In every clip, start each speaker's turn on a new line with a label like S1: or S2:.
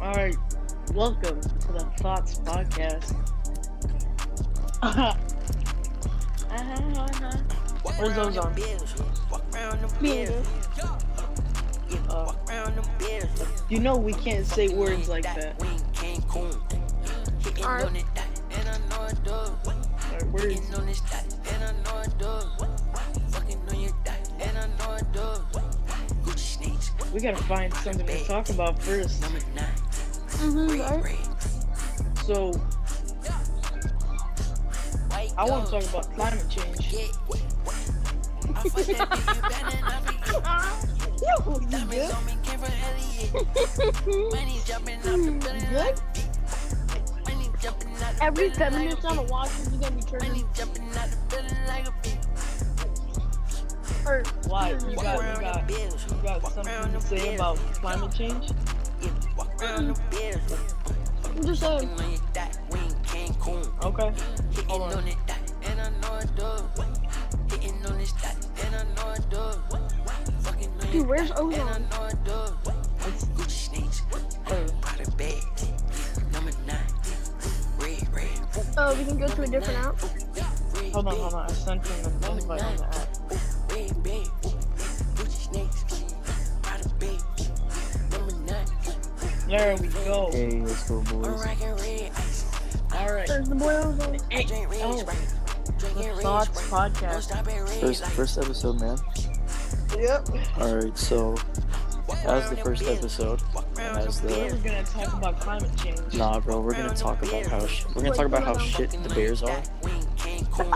S1: All right, welcome to the Thoughts Podcast. Uh-huh. Uh-huh, uh-huh.
S2: Walk
S1: Where's
S2: around
S1: Ozone?
S2: the bills. Walk around the bills. Yeah,
S1: Uh,
S2: walk around the bills.
S1: You know we can't say words like that.
S2: We in Cancun. Hitting
S3: Alright.
S2: on it, that, and I know it does.
S1: All right, words.
S2: Hitting on this, that, and I know it does. Fucking on your that, and I know it does. Gucci sneaks,
S1: We gotta find something to talk about first.
S2: number nine.
S3: Mm-hmm.
S2: Red, red.
S1: So
S2: White
S1: I want to
S2: gold.
S1: talk about climate change.
S2: Yeah. I fuck that bitch, you better not forget. Diamonds on me came from Elliot. Money jumping out the building. like
S3: Good.
S2: Money jumping out the
S3: Every
S2: building like
S3: feminist
S2: a
S3: on the
S2: bitch.
S3: watch is gonna be
S2: Money
S3: turning
S2: jumping out the building like a bitch.
S3: or
S1: Why you
S2: Walk
S1: got
S2: around
S1: you got
S2: the bills.
S1: you got something to say about climate change?
S2: Yeah, walk around the bills.
S3: I'm just saying.
S2: Fucking on your dot, we in Cancun.
S1: Okay.
S2: Hitting
S1: Hold on.
S2: on it dot, and I know it does. Hitting on this dot, and I know it does. Fucking on your
S3: Dude, where's
S2: dot, and I
S3: Ozone?
S2: know it does. Gucci sneaks,
S1: Uh,
S2: Prada bag, number nine. Red, red,
S3: Oh, we can go to a different app.
S2: red
S1: hold on,
S2: bag.
S1: hold on. I sent him an invite on the app.
S2: Red bag, Gucci sneaks, Prada bag, number nine.
S1: There we go.
S4: Hey, let's go,
S2: I'm
S4: boys.
S2: rocking red ice.
S1: All right.
S3: There's the boy Ozone.
S2: I drink red
S1: oh.
S2: Sprite. Drinking
S1: The
S2: red
S1: Thoughts
S2: Sprite. Don't
S1: Podcast.
S2: stop at red
S4: First,
S2: light.
S4: first episode, man.
S1: Yep.
S4: All right, so
S2: Walk
S4: that was the
S2: around
S4: first
S2: building.
S4: episode.
S2: Walk
S4: and
S2: around
S4: that's
S2: the
S4: the-
S1: We're
S2: building.
S1: gonna talk about climate change.
S4: Nah, bro, we're gonna talk about how sh- we're gonna talk about how shit the Bears are and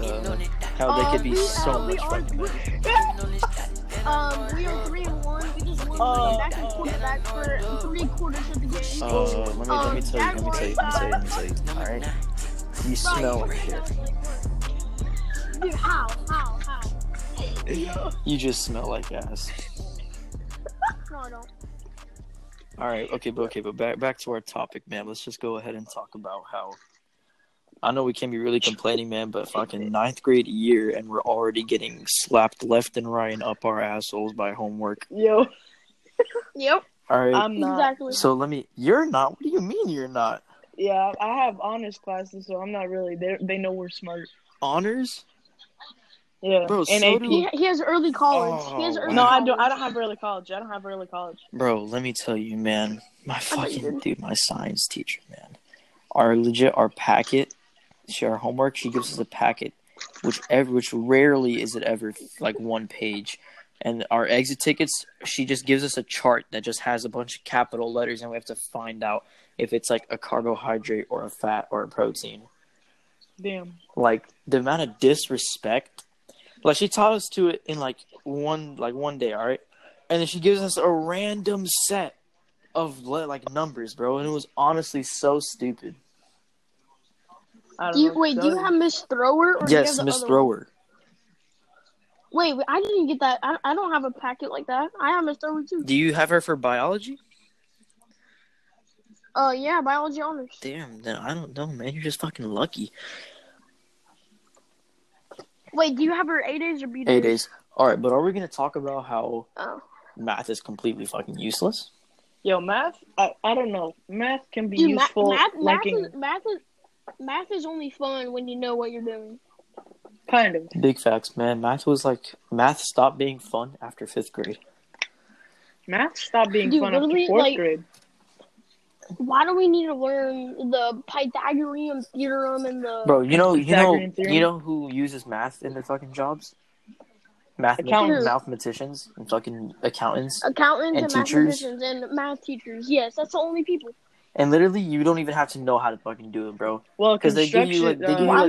S4: uh, how they could be so
S3: Um, we
S4: much
S3: are,
S4: fucking
S3: we,
S4: better.
S3: um, we are three and one. We just won
S1: Uh,
S3: uh, back and quarterback for three quarters of the game. Um,
S4: Uh, let me let me tell you, let me tell you, let me tell you, let me tell you. All right, you smell like shit.
S3: uh, Dude, how, how, how?
S4: You just smell like ass.
S3: No, I don't.
S4: All right, okay, but okay, but back back to our topic, man. Let's just go ahead and talk about how. I know we can be really complaining, man, but fucking ninth grade year, and we're already getting slapped left and right and up our assholes by homework.
S1: Yo,
S3: Yep.
S4: All right,
S1: I'm not.
S3: Exactly.
S4: So let me. You're not. What do you mean you're not?
S1: Yeah, I have honors classes, so I'm not really. They they know we're smart.
S4: Honors?
S1: Yeah,
S4: Bro,
S1: and
S4: so
S1: AP.
S4: do-
S3: he, he has early college. he has
S4: Oh,
S3: early
S1: No, I
S3: college.
S1: don't. I don't have early college. I don't have early college.
S4: Bro, let me tell you, man. My
S3: thought you
S4: fucking dude, my science teacher, man. Our legit, our packet, she, our homework, she gives us a packet, which ever, which rarely is it ever like one page. And our exit tickets, she just gives us a chart that just has a bunch of capital letters, and we have to find out if it's like a carbohydrate or a fat or a protein.
S1: Damn.
S4: like the amount of disrespect like she taught us to it in like one like one day all right and then she gives us a random set of le- like numbers bro and it was honestly so stupid
S1: I don't
S3: Do you,
S1: know.
S3: wait, do you
S1: So-
S3: have Miss Thrower? Or do you have
S4: yes
S3: the
S4: miss
S3: other one?
S4: thrower
S3: Wait, wait, I didn't get that. I, I don't have a packet like that. I have Miss Thrower too.
S4: do you have her for biology
S3: Uh, yeah, biology honors.
S4: damn then i don't know man you're just fucking lucky
S3: Wait, do you have her A days or B days?
S4: eight days all right but are we gonna talk about how
S3: Oh.
S4: math is completely fucking useless
S1: Yo, math. I, I don't know. Math can be
S3: Dude, ma-
S1: useful.
S3: math,
S1: like
S3: math,
S1: in
S3: is, math, is, math is only fun when you know what you're doing.
S1: kind of.
S4: big facts man math was like math stopped being fun after fifth grade
S1: Math stopped being
S3: Dude,
S1: fun after
S3: literally,
S1: fourth
S3: like-
S1: grade.
S3: Why do we need to learn the Pythagorean theorem and the.
S4: Bro, you know, you know,
S1: Pythagorean theorem.
S4: you know who uses math in their fucking jobs? Math,
S1: Accountants.
S4: mathematicians, and fucking accountants,
S3: Accountants
S4: and
S3: and,
S4: teachers?
S3: mathematicians and math teachers. Yes, that's the only people.
S4: and literally, you don't even have to know how to fucking do it, bro.
S1: Well, because
S4: 'Cause they give you, like- they give you, like,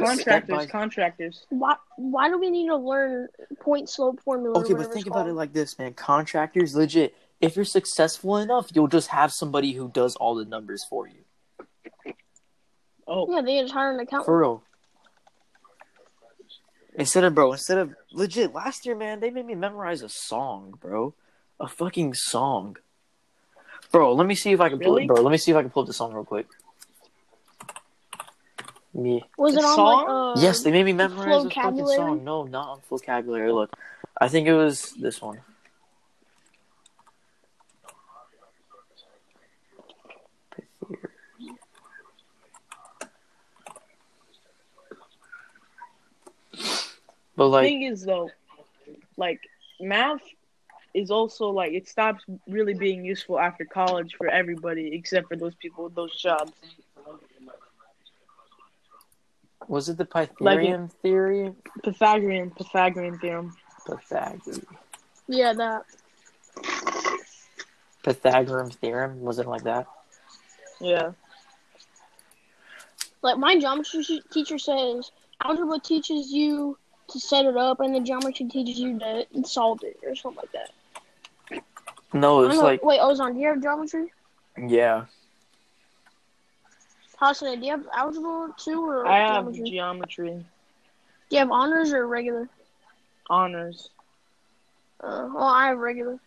S1: contractors.
S4: step by-
S1: Contractors.
S3: Why? Why do we need to learn point slope formula? or
S4: Okay, but
S3: whatever
S4: think
S3: it's
S4: about it
S3: called?
S4: like this, man. Contractors, legit. If you're successful enough, you'll just have somebody who does all the numbers for you.
S1: Oh,
S3: Yeah, they just hire an accountant.
S4: For real. Instead of bro, instead of legit last year, man, they made me memorize a song, bro, a fucking song. Bro, let me see if I can pull
S1: Really?
S4: it. Bro, let me see if I can pull up the song real quick. Me.
S3: Was
S1: The
S3: it on
S1: song?
S3: like? Uh,
S4: yes, they made me memorize a fucking
S3: vocabulary?
S4: song. No, not on vocabulary. Look, I think it was this one. But like,
S1: thing is though, like math is also like it stops really being useful after college for everybody except for those people with those jobs.
S4: was it the Pythagorean theory?
S1: Pythagorean, Pythagorean theorem.
S4: Pythagorean.
S3: Yeah, that.
S4: Pythagorean theorem? Was it like that?
S1: Yeah.
S3: Like my geometry sh- teacher says, algebra teaches you to set it up, and then geometry teaches you to solve it or something like that.
S4: No,
S3: I
S4: it's
S3: know-
S4: like,
S3: wait, Ozon, do you have geometry?
S4: yeah.
S3: Hassan, do you have algebra too, or
S1: I have
S3: geometry?
S1: geometry
S3: do you have honors or regular?
S1: honors.
S3: Uh, well, I have regular.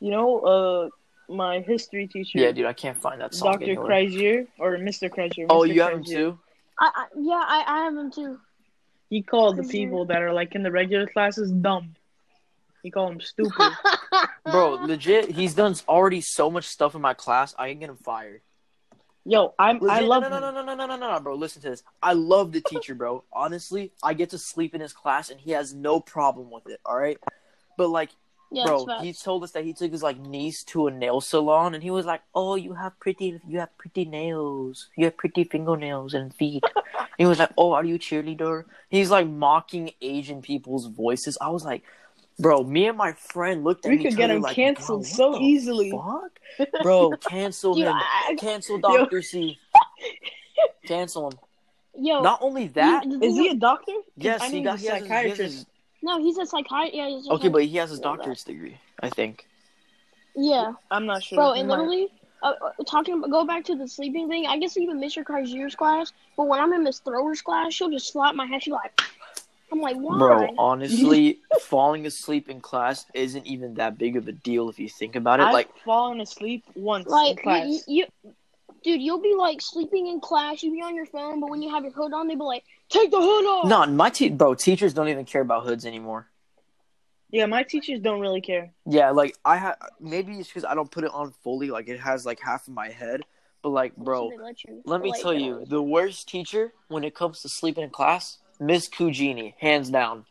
S1: You know, uh, my history teacher,
S4: Yeah, dude, I can't find that song.
S1: Dr.
S4: anywhere.
S1: Kreisier or Mr. Kreisier.
S4: Oh,
S1: Mr.
S4: you have him
S1: Kreisier,
S4: too?
S3: I, I yeah, I, I have them too.
S1: He called the
S3: Kreisier.
S1: people that are like in the regular classes dumb. He called them stupid.
S4: Bro, legit, he's done already so much stuff in my class. I ain't getting fired.
S1: Yo, I'm I
S4: Legit-
S1: love
S4: no, no,
S1: him.
S4: no, no, no, no, no, no, no, bro. Listen to this. I love the teacher, bro. Honestly, I get to sleep in his class, and he has no problem with it. All right, but like,
S3: yeah,
S4: bro,
S3: that's facts.
S4: he told us that he took his like niece to a nail salon, and he was like, "Oh, you have pretty, you have pretty nails, you have pretty fingernails and feet." and he was like, "Oh, are you a cheerleader?" He's like mocking Asian people's voices. I was like, "Bro, me and my friend looked at
S1: We
S4: each
S1: could get
S4: other
S1: him
S4: like,
S1: canceled
S4: "Bro,
S1: so
S4: what the
S1: easily."
S4: Fuck, bro, cancel
S3: Dude,
S4: him,
S3: I-
S4: cancel
S1: Yo.
S4: Doctor C, cancel him."
S3: Yo,
S4: Not only that,
S3: you-
S1: Is he a doctor? 'Cause
S4: yes,
S1: I
S4: he
S1: need
S4: got
S1: a
S4: he has his- he has his-
S1: psychiatrist.
S3: no, he's a psychiatrist. Yeah, he's a
S4: okay, but
S3: psychi-
S4: he has his
S3: Yeah, that-
S4: doctor's degree, I think.
S3: yeah.
S1: I'm not sure.
S3: Bro,
S1: He
S3: and
S1: might-
S3: literally, uh, uh, talking about, go back to the sleeping thing. I guess even Mr. Kaiser's class, but when I'm in Miss Thrower's class, she'll just slap my head. She like, I'm like, why?
S4: Bro, honestly, falling asleep in class isn't even that big of a deal if you think about it.
S1: I've
S4: Like,
S1: fallen asleep once in
S3: like
S1: class.
S3: you, you, dude, you'll be like sleeping in class, you'll be on your phone, but when you have your hood on, they be like, take the hood off.
S4: no, my te- bro, teachers don't even care about hoods anymore.
S1: yeah, my teachers don't really care.
S4: Yeah, like I ha maybe it's because I don't put it on fully. Like it has like half of my head, but like, bro,
S3: So they let, you,
S4: let me
S3: like,
S4: tell
S3: get
S4: you,
S3: on.
S4: the worst teacher when it comes to sleeping in class, Miss Cugini, hands down.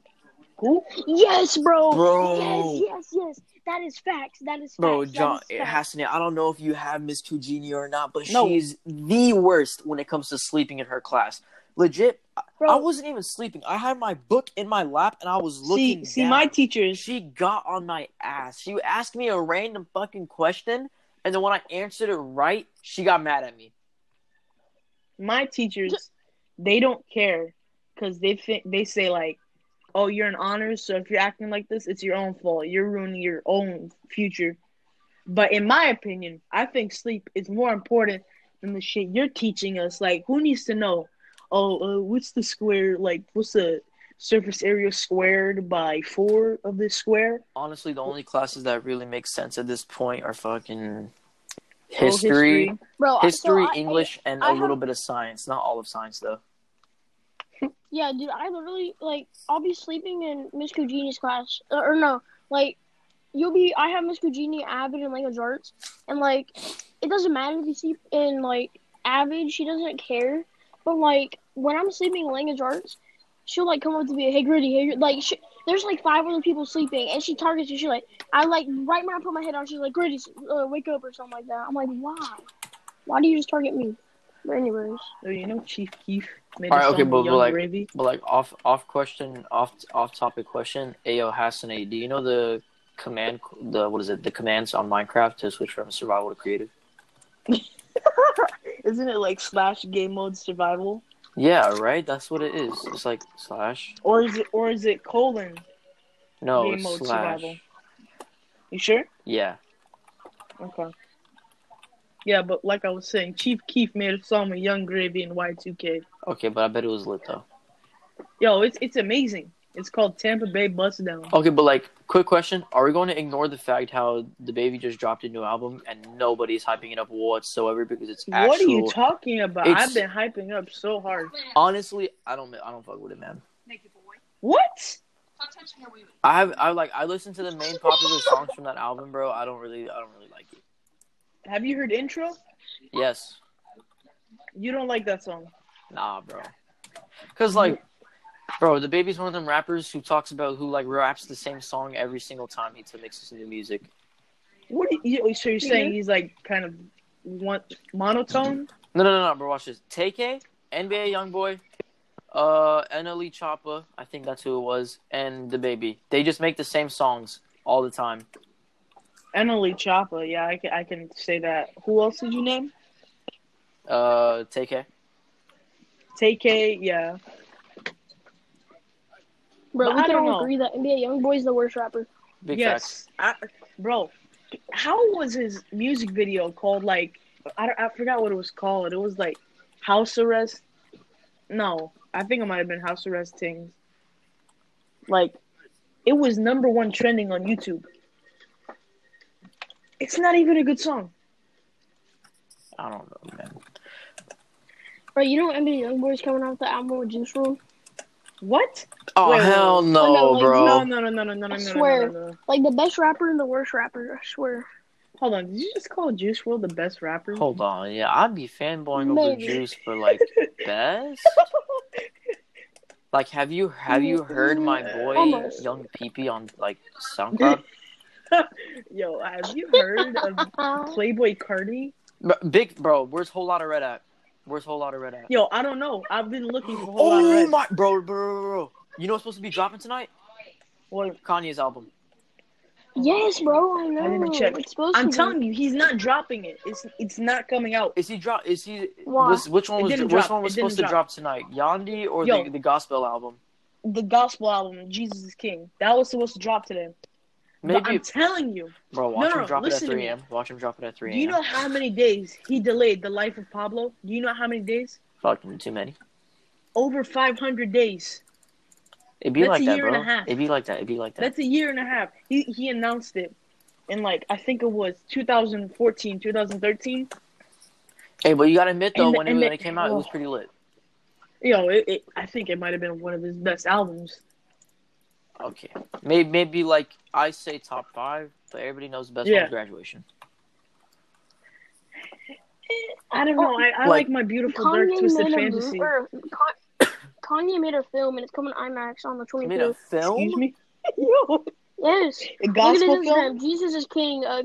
S1: Who?
S3: Yes, bro.
S4: Bro.
S3: Yes, yes, yes. That is facts. That is facts.
S4: Bro,
S3: That
S4: John,
S3: is
S4: it
S3: facts.
S4: has to. be- I don't know if you have Miss Cugini or not, but
S1: No.
S4: she's the worst when it comes to sleeping in her class. Legit, I-
S3: Bro.
S4: I wasn't even sleeping. I had my book in my lap and I was
S1: See,
S4: looking.
S1: see,
S4: down.
S1: my teachers.
S4: she got on my ass. She asked me a random fucking question, and then when I answered it right, she got mad at me.
S1: my teachers they don't care because they think they say like oh you're an honors so if you're acting like this it's your own fault you're ruining your own future but in my opinion i think sleep is more important than the shit you're teaching us like who needs to know oh uh, what's the square like what's the surface area squared by four of this square
S4: Honestly, the only classes that really make sense at this point are fucking
S1: Oh,
S4: history, history,
S3: bro, I- so I-
S4: English, and a
S3: I have-
S4: little bit of science. Not all of science though.
S3: Yeah, dude, I literally like I'll be sleeping in Miss Cugini's class, uh, or no, like you'll be. I have Miss Cugini, Avid, and language arts, and like it doesn't matter if you sleep in like Avid, she doesn't care. But like when I'm sleeping in language arts, she'll like come up to me, hey gritty, hey, Gritty," like she, there's like five other people sleeping, and she targets you. She like I like right when I put my head on, she's like gritty, uh, wake up or something like that. I'm like, why? Why do you just target me? But anyways,
S1: so Oh, you know chief keef made
S4: All
S1: a
S4: right,
S1: song
S4: okay,
S1: with
S4: but- but,
S1: Young
S4: like-
S1: Gravy.
S4: But like off off question, off off topic question. Ayo Hassane, do you know the command the what is it? The commands on Minecraft to switch from survival to creative?
S1: isn't it like slash game mode survival
S4: Yeah, right. That's what it is. It's like slash.
S1: or is it or is it colon
S4: No,
S1: Game
S4: it's
S1: mode
S4: slash.
S1: survival. You sure?
S4: Yeah.
S1: Okay. Yeah, but like I was saying, Chief Keef made a song with Young Gravy and Y2K.
S4: Okay, but I bet it was lit though.
S1: Yo, it's it's amazing. It's called Tampa Bay Bust Down.
S4: Okay, but like, quick question: Are we going to ignore the fact how the baby just dropped a new album and nobody's hyping it up whatsoever because it's Oh, actual?
S1: what are you talking about?
S4: It's-
S1: I've been hyping up so hard.
S4: Honestly, I don't. I don't fuck with it, man.
S1: What?
S4: I have. I like. I listen to the main popular songs from that album, bro. I don't really. I don't really like it.
S1: Have you heard intro?
S4: Yes.
S1: You don't like that song.
S4: Nah, bro. Cause like, Bro, the baby's one of them rappers who talks about who like raps the same song every single time he mixes new music.
S1: What do you, so you're saying he's like kind of one monotone?
S4: No, no, no, no, bro. Watch this. TK, NBA YoungBoy, uh, NLE Choppa, I think that's who it was, and the baby. They just make the same songs all the time.
S1: Emily Choppa, yeah, I can, I can say that. Who else did you name?
S4: Uh, TK.
S1: TK, yeah.
S3: Bro,
S1: But
S3: we
S1: I
S3: can
S1: don't
S3: all
S1: know.
S3: agree that NBA YoungBoy's the worst rapper.
S4: Big
S1: yes,
S4: facts.
S1: I, bro. How was his music video called? Like, I, don't- I forgot what it was called. It was like House Arrest. No, I think it might have been House Arrest things. Like, it was number one trending on YouTube. It's not even a good song.
S4: I don't know, man.
S3: Bro, you know NBA YoungBoy's coming out with the album with Juice WRLD?
S1: What?
S4: Oh
S1: Wait, wait,
S4: hell
S3: wait. Oh, no,
S4: no,
S3: wait,
S4: bro.
S1: No, no, no, no, no, no, no, no,
S3: swear.
S1: no, no, no.
S3: Like the best rapper and the worst rapper, I swear.
S1: Hold on, did you just call Juice World the best rapper?
S4: Hold on, yeah, I'd be fanboying over
S3: Maybe.
S4: Juice for like best. Like, have you have you heard my boy
S3: Almost.
S4: Young Peepee on like SoundCloud?
S1: Yo, have you heard of
S3: Uh,
S1: Playboy Cardi?
S4: Bro, Big bro, where's whole lot of red at? Where's whole lot of red at?
S1: Yo, I don't know. I've been looking for whole lot of
S4: Oh
S1: red.
S4: my, bro, bro, bro, bro. You know what's supposed to be dropping tonight?
S1: Well,
S4: Kanye's album.
S3: yes, bro, I know.
S1: I didn't check.
S3: It's supposed
S1: I'm
S3: to
S1: telling you, he's not dropping it. It's it's not coming out.
S4: Is he drop? Is he?
S3: Why?
S4: Was, which one
S1: It
S4: was?
S1: didn't
S4: Which
S1: drop.
S4: one was
S1: It didn't
S4: supposed to
S1: drop.
S4: drop tonight? Yandi or
S1: Yo.
S4: the, the gospel album?
S1: The gospel album, Jesus is King, that was supposed to drop today. But I'm
S4: Maybe,
S1: telling you,
S4: bro. Watch
S1: no,
S4: him
S1: no,
S4: drop it at
S1: listen to
S4: three
S1: me.
S4: a.m. Watch him drop it at three
S1: do
S4: a.m.
S1: you know how many days he delayed the life of Pablo? Do you know how many days?
S4: Fucking too many.
S1: Over 500 days.
S4: It'd be
S1: That's
S4: like
S1: a
S4: that,
S1: year and
S4: bro.
S1: a half.
S4: It'd be like that. It'd be like that.
S1: That's a year and a half. He he announced it in like I think it was 2014, 2013.
S4: Hey, but you gotta admit though,
S1: And the-
S4: when, it,
S1: and
S4: when
S1: the-
S4: it came out, it was
S1: oh.
S4: pretty lit.
S1: Yo, it, it, I think it might have been one of his best albums.
S4: Okay, maybe maybe like I say top five, but everybody knows the best
S1: Yeah.
S4: one's graduation.
S1: I
S4: Oh,
S1: don't know. I, I
S4: Like-
S1: like, my beautiful dark
S3: Kanye
S1: twisted
S3: made, a
S1: fantasy.
S3: movie, or Con- Kanye made a film and it's coming to IMAX on the
S4: He made a
S3: 25th.
S1: Excuse
S4: film.
S1: me. Yo,
S3: Yes.
S1: a
S3: Look at his
S1: gospel
S3: Instagram.
S1: film.
S3: Jesus is King. Uh,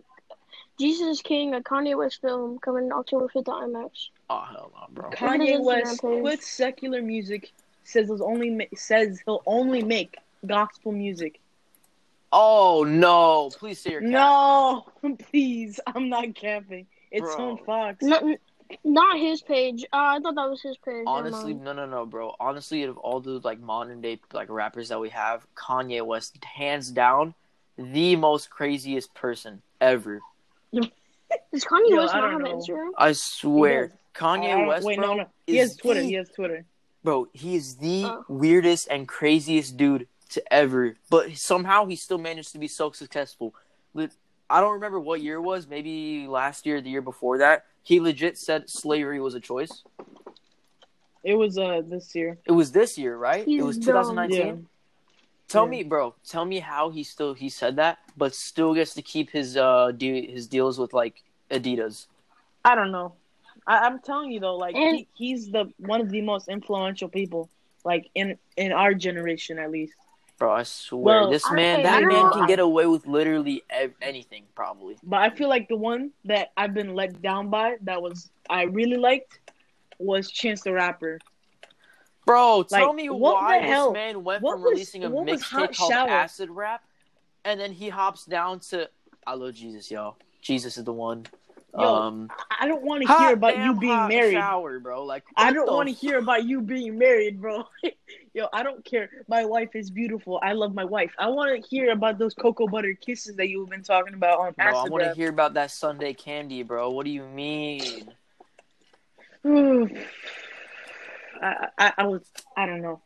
S3: Jesus is King, a Kanye West film coming October 5th on IMAX.
S4: Oh hell no, bro.
S3: at his
S1: Kanye
S3: Instagram
S1: West
S3: page.
S1: quits secular music. Says he'll only ma- says he'll only make gospel music.
S4: Oh no, please say your cat.
S1: No, please, I'm not capping. It's
S4: Bro.
S1: on Fox.
S3: Not, not his page. Uh, I thought that was his page. Never
S4: Honestly,
S3: mind.
S4: no, no, no, bro. Honestly, out of all the like modern day like rappers that we have, Kanye West, hands down, the most craziest person ever.
S3: does Kanye
S1: Yo,
S3: West
S1: I
S3: not have
S1: don't know.
S3: an Instagram?
S4: I swear, Kanye
S1: Uh,
S4: West,
S1: Wait,
S4: bro,
S1: no, no. He
S4: is
S1: has Twitter.
S4: the-
S1: He has Twitter.
S4: bro, he is the
S3: Oh.
S4: weirdest and craziest dude to ever. But somehow he still managed to be so successful. Le- I don't remember what year it was. Maybe last year, the year before that. He legit said slavery was a choice.
S1: It was uh this year.
S4: It was this year, right?
S3: He's
S4: it was
S3: dumb.
S4: 2019.
S1: Yeah.
S4: Tell
S1: Yeah.
S4: me, bro. Tell me how he still he said that, but still gets to keep his uh de- his deals with like Adidas.
S1: I don't know. I, I'm telling you though, like
S3: And-
S1: he, he's the one of the most influential people, like in in our generation at least.
S4: Bro, I swear,
S1: Well,
S4: this
S3: I-
S4: man,
S3: I
S4: that
S3: don't
S4: man
S3: know.
S4: can get away with literally ev- anything, probably.
S1: But I feel like the one that I've been let down by that was I really liked was Chance the Rapper.
S4: Bro, tell
S1: Like,
S4: me
S1: what
S4: why
S1: the hell?
S4: this man went
S1: What
S4: from
S1: was-
S4: releasing a
S1: what was Hot
S4: mixtape called
S1: Shower?
S4: Acid Rap, and then he hops down to I love Jesus, y'all. Jesus is the one.
S1: Yo,
S4: um,
S1: I- I don't want to
S4: hot
S1: hear about you
S4: damn
S1: being
S4: hot
S1: married.
S4: shower, bro. Like
S1: I
S4: what
S1: don't
S4: the
S1: want to
S4: f-
S1: hear about you being married, bro. Yo, I don't care. My wife is beautiful. I love my wife. I want to hear about those cocoa butter kisses that you've been talking about on
S4: Bro, I
S1: Acid
S4: want to
S1: Rap.
S4: hear about that Sunday candy, bro. What do you mean?
S1: I, I I was I don't know.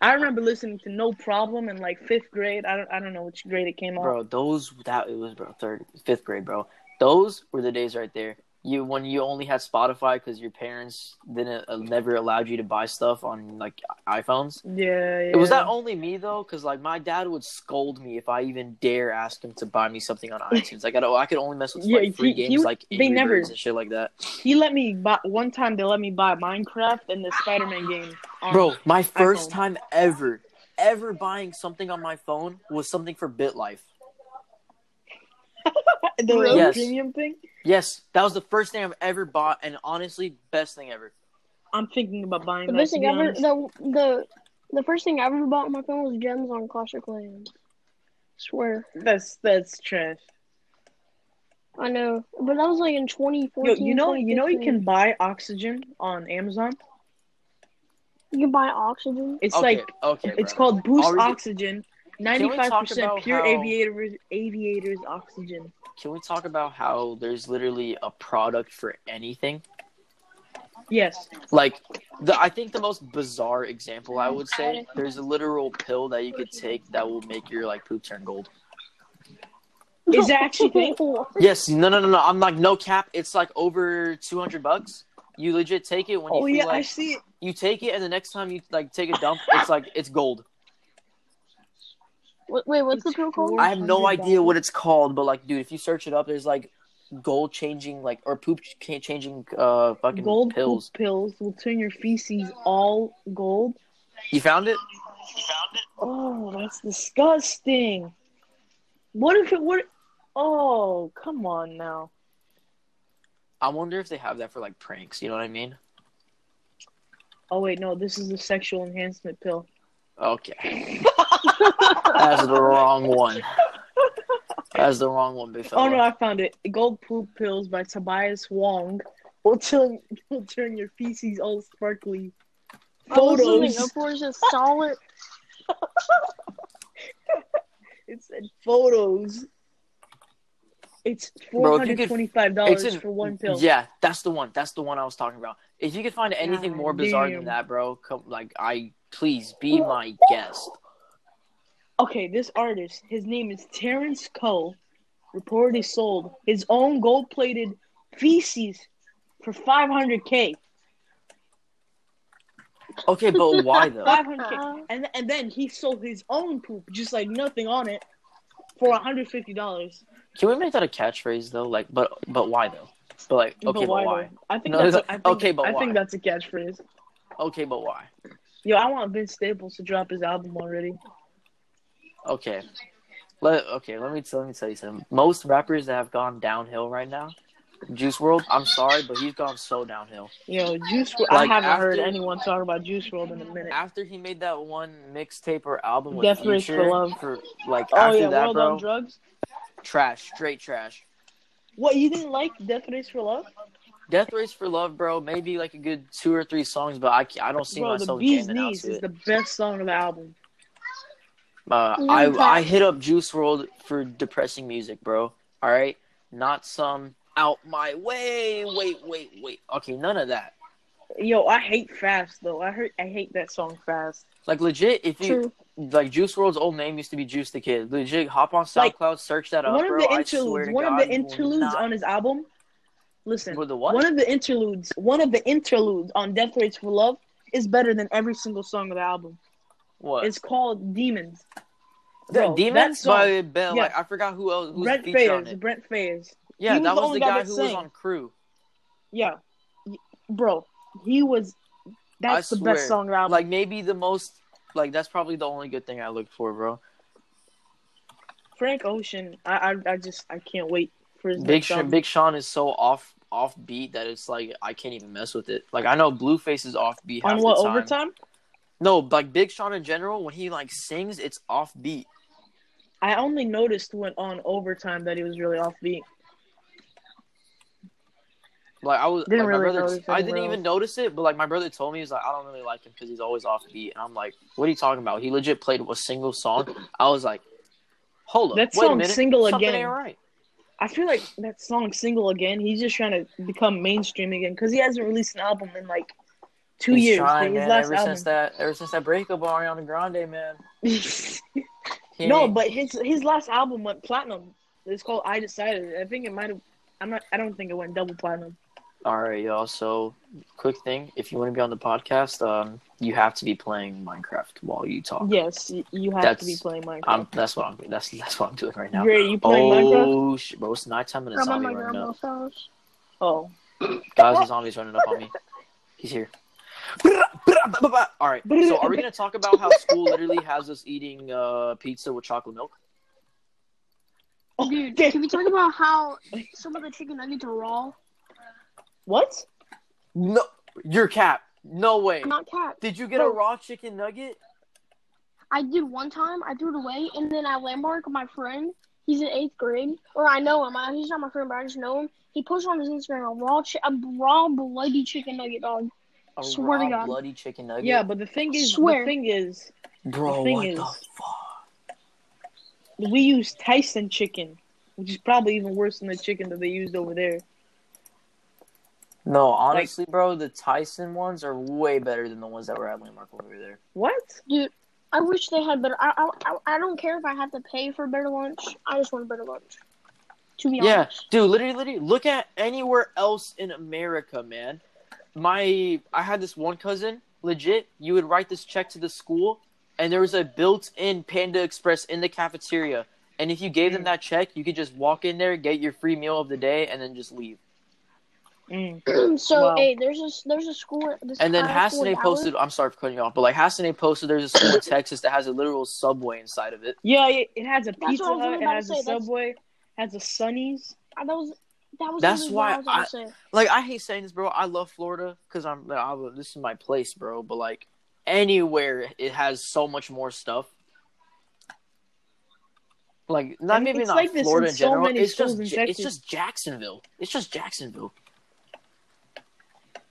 S1: I remember listening to No Problem in like fifth grade. I don't I don't know which grade it came out.
S4: bro those that it was bro third fifth grade bro those were the days right there you when you only had spotify because your parents didn't uh, never allowed you to buy stuff on like iphones
S1: Yeah, yeah.
S4: it was that only me though because like my dad would scold me if i even dare ask him to buy me something on itunes like i, don't- I could only mess with
S1: Yeah,
S4: like free
S1: he- he
S4: games
S1: would-
S4: like
S1: they
S4: Angry
S1: never-
S4: Birds and shit like that
S1: He let me buy one time. They let me buy Minecraft and the Spider Man game. on
S4: Bro, my first
S1: iPhone.
S4: time ever, ever buying something on my phone was something for BitLife.
S1: the
S3: Really?
S4: Yes.
S1: premium thing.
S4: Yes, that was the first thing I've ever bought, and honestly, best thing ever.
S1: I'm thinking about buying
S3: The
S1: that.
S3: best
S1: to
S3: thing
S1: be
S3: ever,
S1: honest.
S3: the, the the first thing I ever bought on my phone was gems on Clash of Clans. Swear,
S1: That's that's trash.
S3: I know, but that was like in
S1: Yo,
S3: 2014.
S1: you know, you know, you
S3: 2015.
S1: can buy oxygen on Amazon.
S3: you can buy oxygen.
S1: It's
S4: okay,
S1: like
S4: okay,
S1: it's
S4: bro.
S1: called Boost
S4: Are we-
S1: Oxygen.
S4: we talk
S1: Ninety-five percent
S4: about
S1: pure
S4: how-
S1: aviators, aviators oxygen.
S4: Can we talk about how there's literally a product for anything?
S1: Yes,
S4: Like, the I think the most bizarre example I would say
S1: Mm-hmm.
S4: there's a literal pill that you could take that will make your like poop turn gold.
S1: Is it actually
S3: painful?
S4: Yes, no, no, no, no. I'm like no cap. It's like over two hundred bucks. You legit take it when you
S1: Oh
S4: feel
S1: yeah, I
S4: like
S1: see it.
S4: you take it, and the next time you like take a dump, it's like it's gold.
S3: Wait, what's the pill called?
S1: It's
S4: I have no
S1: $400.
S4: idea what it's called, but like, dude, if you search it up, there's like gold changing, like or poop ch- changing, uh, fucking
S1: Gold pills.
S4: pills.
S1: pills will turn your feces all gold.
S4: You found it?
S1: Oh, that's disgusting. What if it were? Oh, come on now.
S4: I wonder if they have that for like pranks. You know what I mean?
S1: Oh wait, no, this is the sexual enhancement pill.
S4: Okay, that's the wrong one. That's the wrong one, big fella.
S1: Oh no, I found it. Gold Poop Pills by Tobias Wong will turn will turn your feces all sparkly.
S3: Up
S1: Photos.
S3: for Oh, is just solid.
S1: It said photos. It's four
S4: Bro, if you
S1: hundred
S4: could-
S1: twenty-five
S4: It's
S1: dollars
S4: in-
S1: for one pill.
S4: Yeah, that's the one. That's the one I was talking about. If you could find anything more bizarre
S1: damn.
S4: than that, bro, come like I please be my guest.
S1: Okay, this artist, his name is Terrence Cole, reportedly sold his own gold-plated feces for five hundred k.
S4: Okay, but why though?
S1: Five hundred k, and and then he sold his own poop, just like nothing on it, for one hundred fifty dollars.
S4: Can we make that a catchphrase though? Like, but but why though? But like, okay, but why?
S1: though? I think
S4: No,
S1: that's
S4: it's
S1: a, I
S4: like,
S1: think,
S4: okay, but
S1: I think
S4: why?
S1: that's a catchphrase.
S4: Okay, but why?
S1: Yo, I want Vince Staples to drop his album already.
S4: Okay, let okay. Let me let me tell you something. Most rappers that have gone downhill right now, Juice World. I'm sorry, but he's gone so downhill.
S1: Yo, Juice WRLD. I
S4: Like,
S1: haven't
S4: after-
S1: heard anyone talk about Juice WRLD in a minute.
S4: After he made that one mixtape or album with
S1: Death Wish
S4: Future,
S1: for Love.
S4: for- like
S1: oh
S4: after
S1: yeah,
S4: that,
S1: World
S4: bro,
S1: on Drugs.
S4: trash, straight trash.
S1: What you didn't like Death Race for Love?
S4: Death Race for Love, bro. Maybe like a good two or three songs, but I, ca- I don't see
S1: bro, the
S4: myself
S1: Bee's
S4: jamming out
S1: Knees
S4: to
S1: is
S4: it.
S1: the best song of the album.
S4: Uh,
S3: Mm,
S4: I
S3: but-
S4: I hit up Juice World for depressing music, bro. All right, not some out my way. Wait, wait, wait. Okay, none of that.
S1: Yo, I hate Fast though. I heard I hate that song Fast.
S4: Like legit, if you
S3: True.
S4: like Juice World's old name used to be Juice the Kid. Legit, hop on SoundCloud,
S1: Like,
S4: search that up.
S1: One of
S4: bro.
S1: the
S4: I swear
S1: interludes,
S4: to
S1: one of
S4: God,
S1: the
S4: you will
S1: interludes
S4: not-
S1: on his album. Listen,
S4: With the what?
S1: one of the interludes, one of the interludes on Death Race for Love is better than every single song of the album.
S4: what?
S1: It's called Demons.
S4: The
S1: Bro, that
S4: Demons
S1: song-
S4: by Ben.
S1: yeah.
S4: Like I forgot who else who's
S1: Brent
S4: featured on
S1: Fayers.
S4: it.
S1: Brent Fayers.
S4: Yeah,
S1: he was the
S4: that was
S1: only
S4: the
S1: guy
S4: guy
S1: that
S4: who was
S1: sang.
S4: on Crew.
S1: Yeah, Y- bro, he was. That's the
S4: swear.
S1: best song of the album.
S4: Like maybe the most. Like that's probably the only good thing I looked for, bro.
S1: Frank Ocean. I, I I just I can't wait for his
S4: Big
S1: next
S4: Sean,
S1: album.
S4: Big Sean is so off off beat that it's like I can't even mess with it. Like I know Blueface is off beat half
S1: on what
S4: the time.
S1: overtime?
S4: No, like Big Sean in general, when he like sings, it's off beat.
S1: I only noticed when on overtime that he was really offbeat.
S4: Like I was,
S1: Didn't
S4: like,
S1: really
S4: my brother,
S1: notice
S4: I
S1: it,
S4: didn't
S1: bro.
S4: even notice it, but like my brother told me, he was like, I don't really like him because he's always off beat, and I'm like, what are you talking about? He legit played a single song. I was like, hold up,
S1: That
S4: wait a
S1: song,
S4: minute,
S1: Single
S4: something
S1: Again.
S4: ain't right.
S1: I feel like that song "Single Again." He's just trying to become mainstream again because he hasn't released an album in like two
S4: He's
S1: years.
S4: trying,
S1: Like, his
S4: man,
S1: last
S4: ever
S1: album.
S4: since that, ever since that breakup with Ariana Grande, man. He
S1: no,
S4: ain't-
S1: but his his last album went platinum. It's called "I Decided." I think it might have. I'm not. I don't think it went double platinum.
S4: All right, y'all. So, quick thing: if you want to be on the podcast, um, you have to be playing Minecraft while you talk.
S1: Yes, y- you have to
S4: That's-
S1: be playing
S4: I'm,
S1: Minecraft.
S4: that's what I'm. That's that's what I'm doing right now.
S1: You're, you playing Minecraft?
S4: Oh shit, bro! It's nighttime and
S3: I'm
S4: a
S3: on
S4: zombie
S3: my
S4: running up.
S3: grandma's house.
S1: Oh,
S4: Guys, the zombie's running up on me. He's here. All right. So, are we going to talk about how school literally has us eating uh, pizza with chocolate milk?
S3: Dude,
S1: Okay.
S3: can we talk about how some of the chicken nuggets are raw?
S1: What?
S4: No, your cap. No way.
S3: Not cat.
S4: Did you get a raw chicken nugget?
S3: I did one time. I threw it away, and then at Landmark, my friend, he's in eighth grade, or I know him. I, he's not my friend, but I just know him. He posted on his Instagram a raw, chi- a raw bloody chicken nugget dog.
S4: A
S3: Swear to
S4: raw
S3: God.
S4: bloody chicken nugget.
S1: Yeah, but the thing is,
S3: Swear.
S1: the thing is,
S4: bro.
S1: the thing
S4: What the
S1: is-
S4: fuck?
S1: we use Tyson chicken, which is probably even worse than the chicken that they used over there.
S4: No, honestly, bro, the Tyson ones are way better than the ones that were at Landmark over there.
S1: What?
S3: Dude, I wish they had better. I, I, I- I don't care if I have to pay for better lunch. I just want a better lunch. To be
S4: Yeah,
S3: honest.
S4: dude, literally, literally, look at anywhere else in America, man. My, I had this one cousin, legit. You would write this check to the school, and there was a built-in Panda Express in the cafeteria. And if you gave them
S1: Mm.
S4: that check, you could just walk in there, get your free meal of the day, and then just leave.
S1: Mm.
S3: so
S1: Wow.
S3: hey, there's a there's a school. This
S4: And then
S3: high school in
S4: Hassane
S3: Dallas-
S4: posted. I'm sorry for cutting you off, but like Hassane posted, there's a school in Texas that has a literal subway inside of it.
S1: Yeah, it, it has a
S3: what I was
S1: Pizza Hut,
S3: about
S1: it
S3: to
S1: has a
S3: say, that's-
S1: Subway, has a Sonny's.
S3: That was that was.
S4: That's
S3: literally
S4: why
S3: what I was gonna say.
S4: like I hate saying this, bro. I love Florida because I'm like, I, this is my place, bro. But like anywhere, it has so much more stuff. Like not
S1: And
S4: maybe
S1: it's
S4: not
S1: like this in
S4: Florida in
S1: so
S4: general.
S1: many
S4: it's
S1: schools
S4: just
S1: in
S4: Ja- it's
S1: Texas.
S4: just Jacksonville. It's just Jacksonville.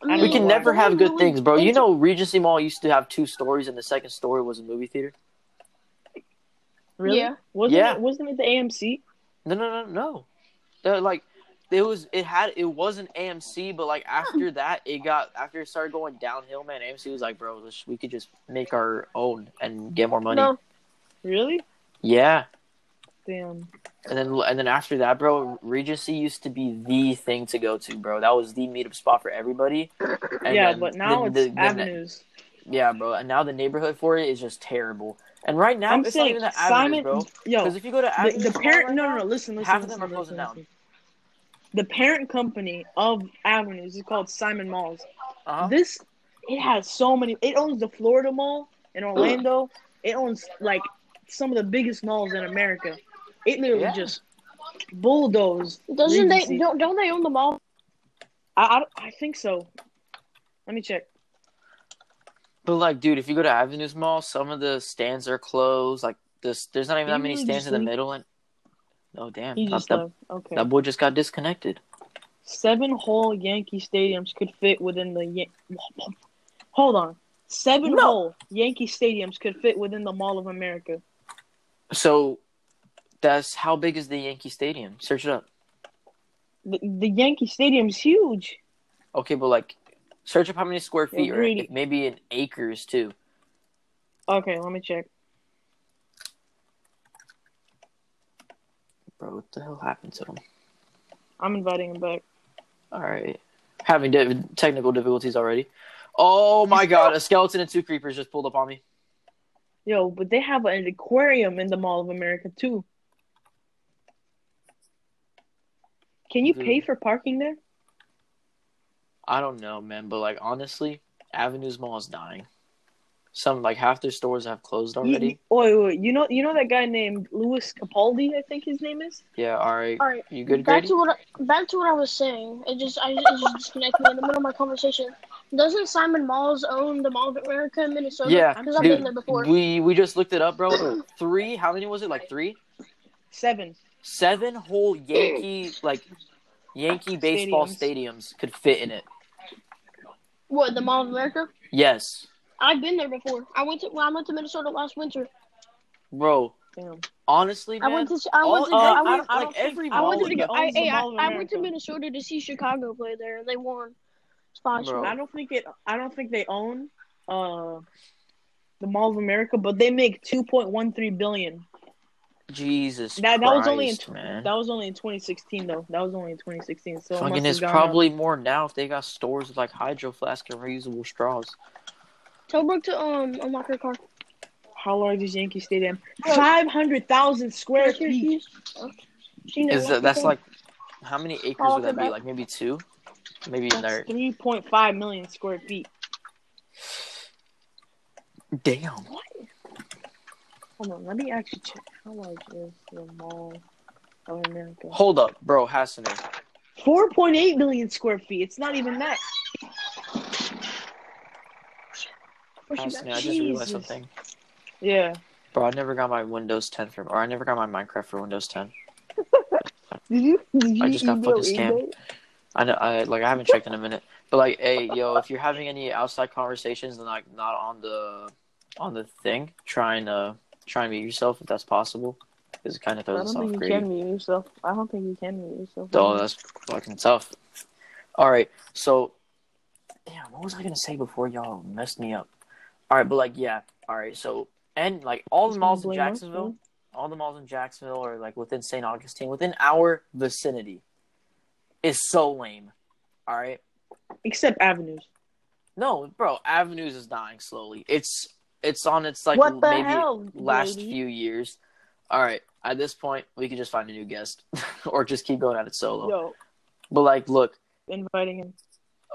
S3: I
S1: We
S3: mean,
S4: We can
S1: why.
S4: never have good
S3: really
S4: things, bro. You
S3: Mm. into-
S4: know Regency Mall used to have two stories, and the second story was a movie theater.
S1: Really?
S3: Yeah.
S1: Wasn't
S4: Yeah.
S1: It, wasn't it the AMC?
S4: No, no, no, no. They're like it was it had it wasn't AMC, but like after that it got after it started going downhill, man. AMC was like, bro, let's, we could just make our own and get more money.
S3: No,
S1: Really?
S4: Yeah.
S1: Damn.
S4: And then and then after that, bro, Regency used to be the thing to go to, bro. That was the meetup spot for everybody. And
S1: yeah,
S4: then
S1: but now
S4: the-
S1: it's
S4: the- the-
S1: avenues.
S4: yeah, bro. And now the neighborhood for it is just terrible. And right now
S1: I'm
S4: it's
S1: saying
S4: not even the
S1: Simon,
S4: avenue, bro.
S1: yo,
S4: Because if you go to Avenues
S1: the, the
S4: Mall
S1: parent.
S4: right
S1: no, no,
S4: now-
S1: no. Listen, listen.
S4: half of
S1: listen,
S4: them are
S1: listen,
S4: closing
S1: listen.
S4: down.
S1: The parent company of Avenues is called Simon Malls.
S4: Uh-huh.
S1: This it has so many. It owns the Florida Mall in Orlando. It owns like some of the biggest malls in America. It literally
S4: Yeah.
S1: just bulldozed.
S3: doesn't
S1: Regency.
S3: they don't don't they own the mall?
S1: I, I I think so. Let me check.
S4: But like, dude, if you go to Avenues Mall, some of the stands are closed. Like, this, there's not even that
S1: Didn't
S4: many
S1: he
S4: stands
S1: just
S4: in the
S1: leave?
S4: middle. And oh damn,
S1: He
S4: that-
S1: just
S4: that,
S1: left. Okay.
S4: that boy just got disconnected.
S1: Seven whole Yankee stadiums could fit within the. Yan- Hold on. Seven
S4: No.
S1: whole Yankee stadiums could fit within the Mall of America.
S4: So, that's how big is the Yankee Stadium? Search it up.
S1: The, the Yankee Stadium's huge.
S4: Okay, but like, search up how many square feet, or
S1: greedy.
S4: maybe in acres too.
S1: Okay, let me check.
S4: Bro, what the hell happened to him?
S1: I'm inviting him back.
S4: All right, having di- technical difficulties already. Oh my god, a skeleton and two creepers just pulled up on me.
S1: Yo, but they have an aquarium in the Mall of America too. Can you pay
S4: Dude.
S1: for parking there?
S4: I don't know, man, but like honestly, Avenues Mall is dying. Some like half their stores have closed
S1: You,
S4: already.
S1: oh, wait, wait, you know, you know that guy named Louis Capaldi, I think his name is.
S4: Yeah, all right.
S3: All right.
S4: You good,
S3: back
S4: Grady?
S3: to what I, back to what I was saying. It just I it just disconnected me in the middle of my conversation. Doesn't Simon Malls own the Mall of America in Minnesota?
S4: Yeah,
S3: because I've
S4: dude,
S3: been there before.
S4: We we just looked it up, bro. three? How many was it? Like three?
S1: Seven.
S4: Seven whole Yankee like Yankee baseball stadiums could fit in it.
S3: What the Mall of America?
S4: Yes,
S3: I've been there before. I went to well, I went to Minnesota last winter.
S4: bro.
S1: Damn.
S4: Honestly, man.
S3: I went to I
S4: all-
S3: went to
S4: uh,
S3: I
S4: I-
S3: went
S4: I- like every
S3: I
S4: mall
S3: went
S4: in
S3: to I,
S1: owns the
S3: hey, I,
S1: Mall of
S3: I went to
S1: America.
S3: Minnesota to see Chicago play there, and they won. Sponsor.
S4: Bro.
S1: I don't think it. I don't think they own uh the Mall of America, but they make two point one three billion.
S4: Jesus
S1: That- that was only in
S4: Christ,
S1: tw-
S4: man.
S1: That was only in twenty sixteen, though. That was only in twenty sixteen. So it must
S4: Fucking,
S1: have
S4: it's
S1: gone
S4: probably more now if they got stores with like hydro flask and reusable straws.
S3: Tell Brooke to um unlock her car.
S1: up. How large is Yankee Stadium?
S3: Bro.
S1: Five hundred thousand square feet.
S4: Is that that's like how many acres
S3: All
S4: would that
S3: the
S4: be?
S3: back.
S4: Like maybe two, maybe in
S1: That's
S4: there.
S1: three point five million square feet.
S4: Damn.
S1: Hold on, let me actually check. How large is the Mall of America?
S4: Hold up, bro, Hassani.
S1: 4.8 million square feet. It's not even that. What you got?
S4: Hassani, I just realized
S1: Jesus.
S4: something.
S1: Yeah.
S4: Bro, I never got my Windows 10 for, or I never got my Minecraft for Windows 10.
S1: Did you? Did you
S4: I just got
S1: email
S4: fucking scammed.
S1: eBay?
S4: I know, I like, I haven't checked in a minute. But like, hey, yo, if you're having any outside conversations and like not on the, on the thing, try and uh, try and mute yourself if that's possible, because it kind
S1: I
S4: of throws
S1: don't
S4: us
S1: think
S4: off
S1: you
S4: grade.
S1: can mute yourself. I don't think you can mute yourself.
S4: Oh, that's fucking tough. All right, so damn, what was I gonna say before y'all messed me up? All right, but like, yeah, all right, so and like all
S1: Just
S4: the
S1: gonna
S4: malls in
S1: blame us,
S4: Jacksonville, all the malls in Jacksonville are like within St. Augustine, within our vicinity, is so lame. All right,
S1: Except avenues.
S4: no, bro, Avenues is dying slowly. It's it's on its like
S1: what the
S4: maybe
S1: hell?
S4: last
S1: lady?
S4: few years. All right, at this point, we could just find a new guest or just keep going at it solo.
S1: Yo,
S4: But like, look.
S1: inviting him.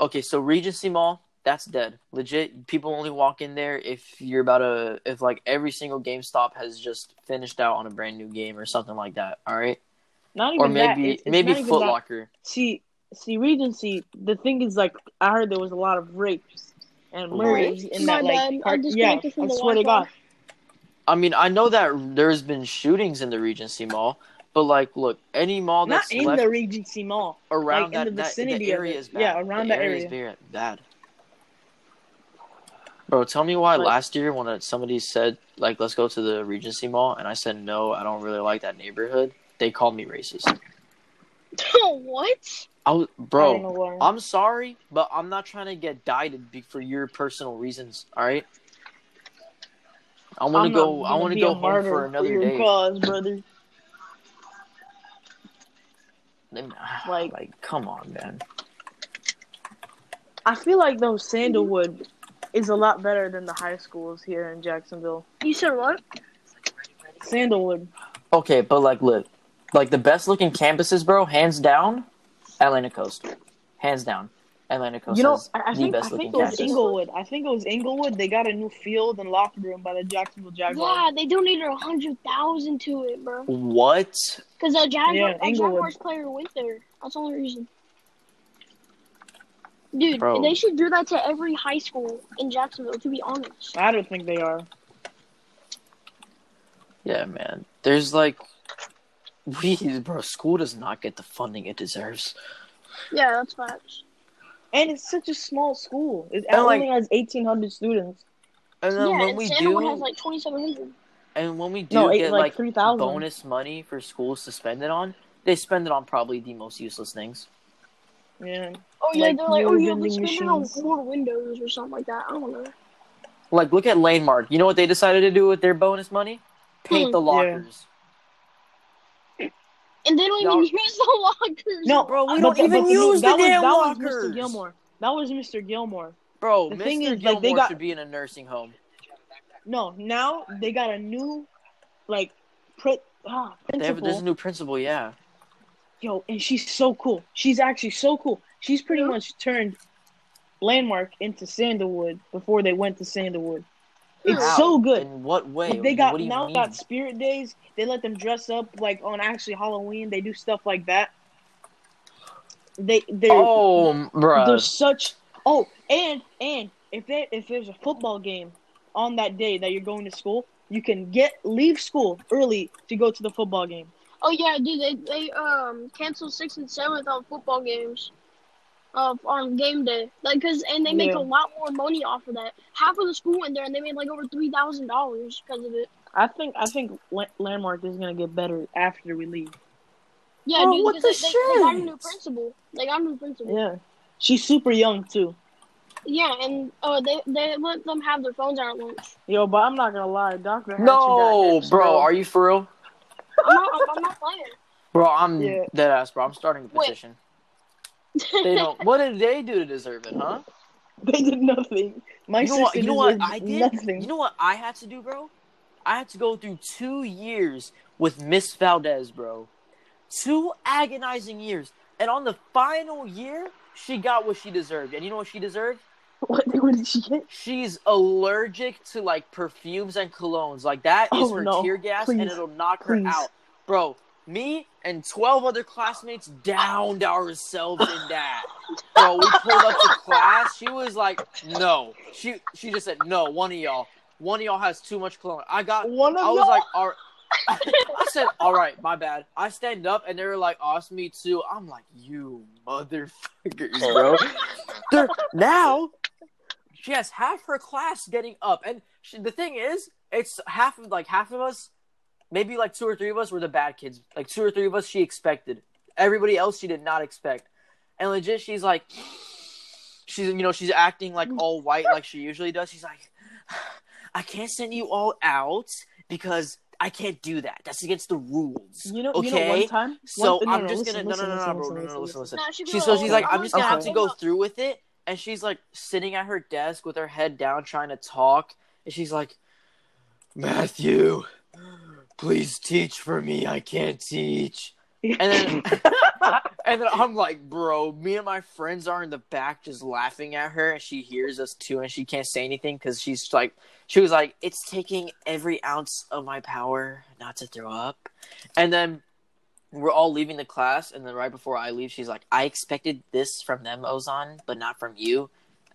S4: Okay, so Regency Mall, that's dead. Legit, people only walk in there if you're about to, if like every single GameStop has just finished out on a brand new game or something like that. All right,
S1: Not even
S4: or
S1: that.
S4: maybe
S1: It's- it's
S4: maybe
S1: not even
S4: Foot
S1: that.
S4: Locker.
S1: See, see, Regency. The thing is, like, I heard there was a lot of rapes and murders
S3: Rapes?
S1: in that,
S3: My
S1: like,
S3: bad. I
S1: part- yeah.
S3: disconnected from
S1: I
S3: the
S1: swear to God,
S3: Wi-Fi.
S4: I mean, I know that there's been shootings in the Regency Mall, but like, look, any mall
S1: not
S4: that's
S1: in
S4: left
S1: the Regency Mall.
S4: around
S1: like,
S4: that,
S1: in the
S4: that-
S1: vicinity
S4: the
S1: of
S4: area
S1: it.
S4: is bad.
S1: Yeah, around
S4: the
S1: that
S4: area is very bad. Bro, tell me why
S1: Like-
S4: last year when somebody said like, "Let's go to the Regency Mall," and I said, "No, I don't really like that neighborhood," they called me racist.
S3: what?
S4: I was,
S1: I don't know
S4: bro.
S1: why.
S4: I'm sorry, but I'm not trying to get dieted be- for your personal reasons. All right. I want
S1: I'm
S4: to
S1: not
S4: go. I
S1: gonna
S4: want to
S1: be
S4: go
S1: a
S4: home
S1: martyr
S4: for another
S1: your
S4: day.
S1: Cause, brother.
S4: Then-
S1: Like-
S4: like, come on, man.
S1: I feel like though Sandalwood is a lot better than the high schools here in Jacksonville.
S3: You said what?
S1: Sandalwood.
S4: Okay, but like, look, like the best looking campuses, bro, hands down, Atlanta Coast, hands down, Atlanta Coast.
S1: You know,
S4: has
S1: I, I
S4: the
S1: think I
S4: best
S1: think
S4: looking
S1: it was
S4: campus.
S3: Jacksonville.
S1: Inglewood. I think it was Inglewood. They got a new field and locker room by the Jacksonville
S3: Yeah,
S1: Jaguars.
S3: they donated a hundred thousand to it, bro.
S4: What?
S3: Because a, Jag-
S1: Yeah,
S3: a
S1: Inglewood.
S3: Jaguars player went there. That's the only reason. Dude,
S4: Bro.
S3: they should do that to every high school in Jacksonville. To be honest,
S1: I don't think they are.
S4: Yeah, man. There's like, we, bro, school does not get the funding it deserves.
S3: yeah, that's facts.
S1: And it's such a small school. It
S4: And, like-
S1: only has eighteen hundred students.
S4: And then
S3: yeah,
S4: when
S3: and
S4: we
S3: Sandalwood
S4: do,
S3: has like twenty seven hundred.
S4: and when we do
S1: No, eight-
S4: get
S1: like,
S4: like,
S1: 3,000.
S4: bonus money for schools to spend it on, they spend it on probably the most useless things.
S1: Yeah.
S3: Oh yeah,
S1: Like
S3: they're like, oh
S1: new
S3: yeah, we
S1: vending
S3: spend it on
S1: machines.
S3: more windows or something like that. I don't know.
S4: Like, look at Landmark. You know what they decided to do with their bonus money? Paint
S3: Hmm.
S4: the
S1: Yeah.
S4: lockers.
S3: And they don't
S4: Y'all-
S3: even use the lockers.
S1: No,
S4: Bro, we
S1: but
S4: don't
S1: that-
S4: even
S1: but
S4: use
S1: that
S4: the
S1: was,
S4: damn
S1: that was
S4: lockers.
S1: Mr. Gilmore. That was Mr. Gilmore.
S4: Bro,
S1: The
S4: Mr.
S1: thing is,
S4: Gilmore
S1: like, they got-
S4: should be in a nursing home.
S1: No, now they got a new, like, print. Ah,
S4: They have,
S1: principal.
S4: there's a new principal, yeah.
S1: Yo, and she's so cool. She's actually so cool. She's pretty much turned Landmark into Sandalwood before they went to Sandalwood. It's
S4: How?
S1: so good.
S4: In what way?
S1: Like, they got
S4: what do you
S1: now
S4: mean?
S1: got spirit days. They let them dress up like on actually Halloween. They do stuff like that. They they
S4: Oh, bro.
S1: they're such oh and and if there if there's a football game on that day that you're going to school, you can get leave school early to go to the football game.
S3: Oh yeah, dude, they they um cancel sixth and seventh on football games, uh, on game day, like cause and they make
S1: Yeah.
S3: a lot more money off of that. Half of the school went there and they made like over three thousand dollars because of it.
S1: I think I think La- Landmark is gonna get better after we leave.
S3: Yeah,
S4: Bro,
S3: dude,
S4: Oh, what
S3: because
S4: the
S3: they, they, they got a new
S4: shit?
S3: principal. They got a new principal.
S1: Yeah, she's super young too.
S3: Yeah, and uh, they they let them have their phones out at lunch.
S1: Yo, but I'm not gonna lie, Doctor.
S4: No, bro. Are you for real?
S3: I'm not, I'm, I'm not playing.
S4: Bro, I'm
S1: Yeah.
S4: dead ass, bro. I'm starting a
S3: Wait.
S4: petition. They don't. What did they do to deserve it, huh?
S1: They did nothing. My
S4: You know what?
S1: sister
S4: You know what?
S1: deserves
S4: I did.
S1: nothing.
S4: You know what I had to do, bro? I had to go through two years with Miss Valdez, bro. Two agonizing years, and on the final year, she got what she deserved. And you know what she deserved?
S1: What, what did she get?
S4: She's allergic to like perfumes and colognes. Like that is
S1: Oh,
S4: her
S1: no.
S4: tear gas, and
S1: Please.
S4: it'll knock
S1: Please.
S4: her out, bro. Me and twelve other classmates downed ourselves in that, bro. We pulled up to class. She was like, "No," she she just said, "No." One of y'all, one of y'all has too much cologne. I got
S1: One of
S4: I was
S1: y'all?
S4: like, all right. I said, all right, my bad. I stand up and they were like, ask me too. I'm like, you motherfuckers, bro. They're, now, she has half her class getting up. And she, the thing is, it's half of, like, half of us, maybe like two or three of us were the bad kids. Like, two or three of us she expected. Everybody else she did not expect. And legit, she's like, she's, you know, she's acting like all white like she usually does. She's like, I can't send you all out because I can't do that. That's against the rules.
S1: you know,
S4: okay.
S1: you know, one time. one
S4: so
S1: thing- no,
S4: I'm
S1: no,
S4: just
S1: listen,
S4: gonna
S1: listen,
S4: no no no no
S1: listen,
S4: bro, no
S1: listen,
S4: no
S1: listen,
S4: listen listen.
S3: No, she
S4: She,
S3: goes,
S4: so she's like,
S3: "Oh,
S4: I'm just gonna have to
S3: okay."
S4: go through with it, and she's like sitting at her desk with her head down, trying to talk, and she's like, Matthew, please teach for me. I can't teach. And then, and then I'm like, bro, me and my friends are in the back just laughing at her, and she hears us too, and she can't say anything because she's like, she was like, it's taking every ounce of my power not to throw up. And then we're all leaving the class, and then right before I leave, she's like, I expected this from them, Ozan, but not from you.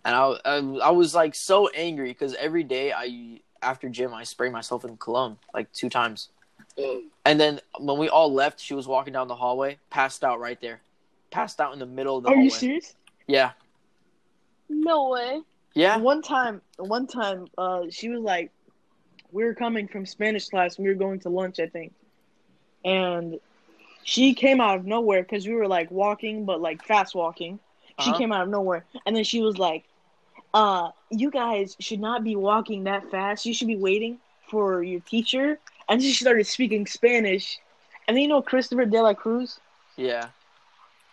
S4: And I, I, I was like so angry because every day I after gym I spray myself in cologne like two times. And then when we all left, she was walking down the hallway, passed out right there, passed out in the middle of the
S1: Are
S4: hallway.
S1: you serious?
S4: Yeah,
S3: No way.
S4: yeah.
S1: One time, one time, uh, she was like, we were coming from Spanish class. We were going to lunch, I think, and she came out of nowhere because we were like walking, but like fast walking. She
S4: Uh-huh.
S1: came out of nowhere, and then she was like, "Uh, you guys should not be walking that fast. You should be waiting for your teacher." And she started speaking Spanish, and then, you know Christopher De La Cruz.
S4: yeah.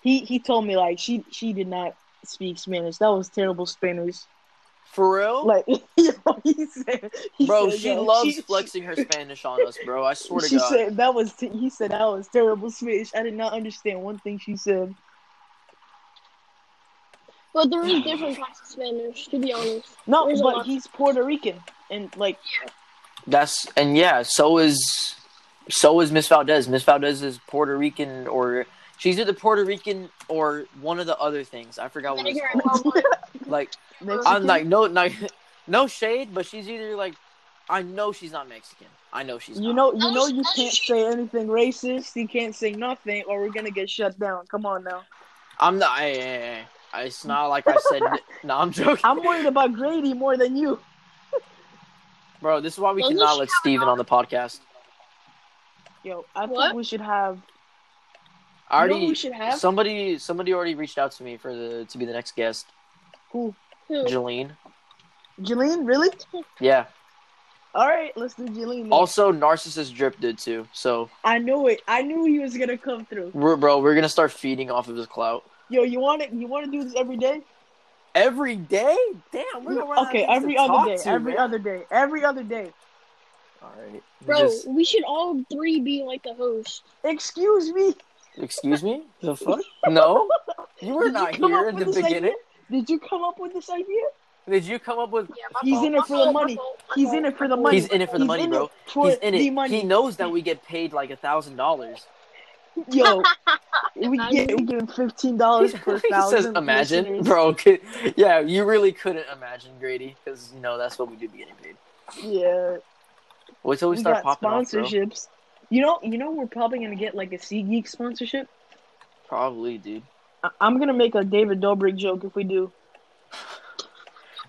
S1: He he told me like she she did not speak Spanish. That was terrible Spanish.
S4: For real,
S1: Like yo, he said, he
S4: bro.
S1: said,
S4: She
S1: yo,
S4: loves
S1: she-
S4: flexing her Spanish on us, bro. I swear to
S1: She
S4: God.
S1: said that was t- he said that was terrible Spanish. I did not understand one thing she said.
S3: But there is different kinds of Spanish, to be honest.
S1: No,
S3: There's a
S1: but
S3: lot-
S1: he's Puerto Rican and like
S4: That's and yeah, so is so is Miss Valdez. Miss Valdez is Puerto Rican or she's either Puerto Rican or one of the other things. I forgot what it's
S3: Vinegar and
S4: called.
S3: Walmart.
S4: Like
S1: Mexican.
S4: I'm like no like, no shade, but she's either like I know she's not Mexican. I know she's
S1: you
S4: not.
S1: know you know you can't say anything racist. You can't say nothing, or we're gonna get shut down. Come on now.
S4: I'm not hey, hey, hey. it's not like I said no I'm joking.
S1: I'm worried about Grady more than you.
S4: Bro, this is why we
S3: Doesn't
S4: cannot
S3: she
S4: let
S3: have an
S4: Steven on the podcast.
S1: Yo, I
S3: What?
S1: think we should have.
S4: I
S1: you know who
S4: already
S1: we should have
S4: somebody somebody already reached out to me for the to be the next guest.
S1: who?
S3: Who?
S4: Jolene.
S1: Jalen, really?
S4: Yeah.
S1: All right, let's do Jalen.
S4: Also, narcissist drip did too. So,
S1: I knew it. I knew he was gonna come through.
S4: we're, bro, we're gonna start feeding off of his clout
S1: Yo, you want it? You want to do this every day?
S4: every day. Damn, we're gonna run out of
S1: okay,
S4: things
S1: every
S4: to
S1: other
S4: talk
S1: day,
S4: to,
S1: every
S4: man.
S1: other day, every other day.
S4: All right,
S3: Bro,
S4: Just-
S3: we should all three be like the host.
S1: Excuse me.
S4: excuse me. The fuck? No, you were
S1: Did you
S4: not
S1: come
S4: here
S1: up
S4: in the
S1: with this
S4: beginning.
S1: Did you come up with this idea?
S4: Did you come up with?
S3: Yeah, my
S1: He's
S3: fault,
S1: in it
S3: my
S1: for the
S3: fault, my
S1: money.
S3: fault, my
S1: He's
S3: fault.
S1: in it for the money.
S4: He's in it for the money, bro.
S1: for
S4: He's in
S1: the
S4: it. He
S1: money.
S4: knows that we get paid like a thousand dollars.
S1: Yo, we
S3: Imagine.
S1: get we give him fifteen
S4: He
S1: dollars Oh, per thousand.
S4: says, "Imagine,
S1: listeners."
S4: bro." could- Yeah, you really couldn't imagine, Grady, because you know that's what we do be getting paid.
S1: Yeah,
S4: Wait till we,
S1: we
S4: start
S1: got
S4: popping off, bro.
S1: sponsorships. you know, you know, we're probably gonna get like a Sea Geek sponsorship.
S4: Probably, dude.
S1: I- I'm gonna make a David Dobrik joke if we do.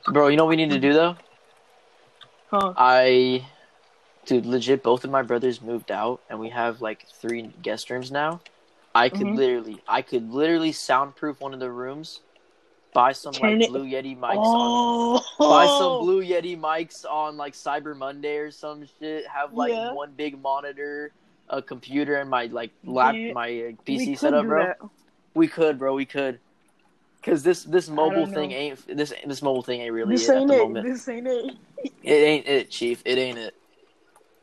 S4: Bro, you know what we need to do though.
S1: Huh?
S4: I, dude, legit, both of my brothers moved out, and we have like three guest rooms now. I could
S1: Mhm.
S4: literally, I could literally soundproof one of the rooms, buy some
S1: Turn
S4: like
S1: it-
S4: Blue Yeti mics, on,
S1: Oh,
S4: buy some Blue Yeti mics on like Cyber Monday or some shit. Have like
S1: Yeah.
S4: one big monitor, a computer, and my like lap,
S1: Dude,
S4: my uh,
S1: We
S4: PC
S1: could
S4: setup,
S1: do
S4: bro.
S1: that.
S4: We could, bro. We could. Cause this this mobile
S1: don't
S4: thing
S1: know.
S4: ain't this this mobile thing ain't really
S1: This
S4: it at
S1: ain't
S4: the
S1: it.
S4: moment.
S1: This ain't it.
S4: It ain't it, Chief. It ain't it.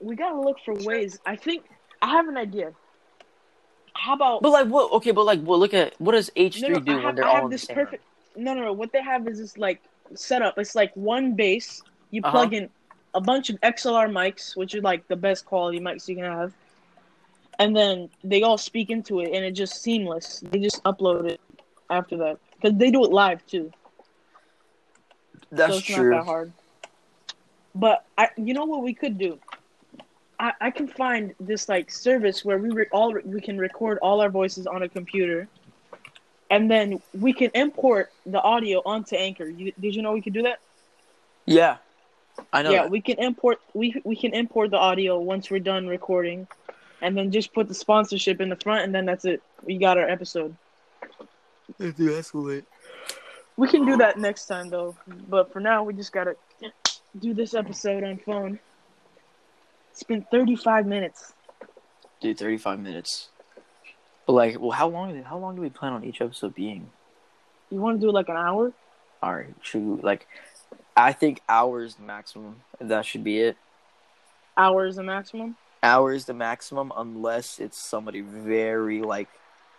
S1: we gotta look for ways. I think I have an idea. How about
S4: But like what? Okay, but like, well, look at what does H
S1: no,
S4: three
S1: no,
S4: do
S1: I have,
S4: when they're
S1: I
S4: all
S1: have
S4: in the
S1: this
S4: same
S1: perfect. No, no, no. What they have is this like setup. It's like one base. You
S4: Uh-huh.
S1: plug in a bunch of XLR mics, which are like the best quality mics you can have, and then they all speak into it, and it just seamless. They just upload it after that because they do it live too.
S4: That's
S1: so it's
S4: true.
S1: not that hard. But I, you know what we could do? I, I can find this like service where we re- all we can record all our voices on a computer, and then we can import the audio onto Anchor. You, did you know we could do that?
S4: Yeah, I know.
S1: yeah,
S4: that.
S1: we can import we we can import the audio once we're done recording, and then just put the sponsorship in the front, and then that's it. We got our episode. We can do that next time though, but for now we just gotta do this episode on phone. It's been 35 minutes.
S4: Dude, thirty-five minutes. But like, well, how long? How long do we plan on each episode being?
S1: You want to do like an hour?
S4: All right, true. Like, I think hours maximum. That should be it.
S1: Hour is the maximum.
S4: Hours the maximum, unless it's somebody very like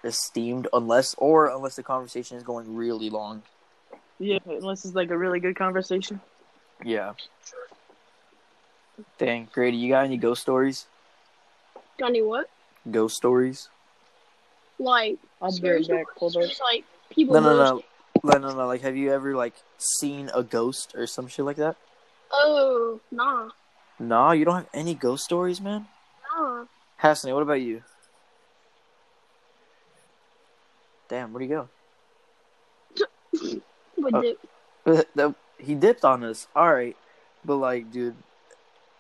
S4: esteemed, unless or unless the conversation is going really long.
S1: Yeah, unless it's like a really good conversation.
S4: Yeah. Dang, Grady, you got any ghost stories?
S3: Johnny, what?
S4: Ghost stories?
S3: Like,
S1: I'll be
S3: scary
S1: right back.
S3: stories,
S1: Hold on.
S3: just, like people.
S4: No, no,
S3: ghost-
S4: no, no, no, no. Like, have you ever like seen a ghost or some shit like that?
S3: Oh, nah,
S4: Nah, you don't have any ghost stories, man.
S3: nah.
S4: Hasney, what about you? Damn, where'd he go?
S3: But
S4: Oh.
S3: dude,
S4: That- he dipped on us. All right, but like, dude,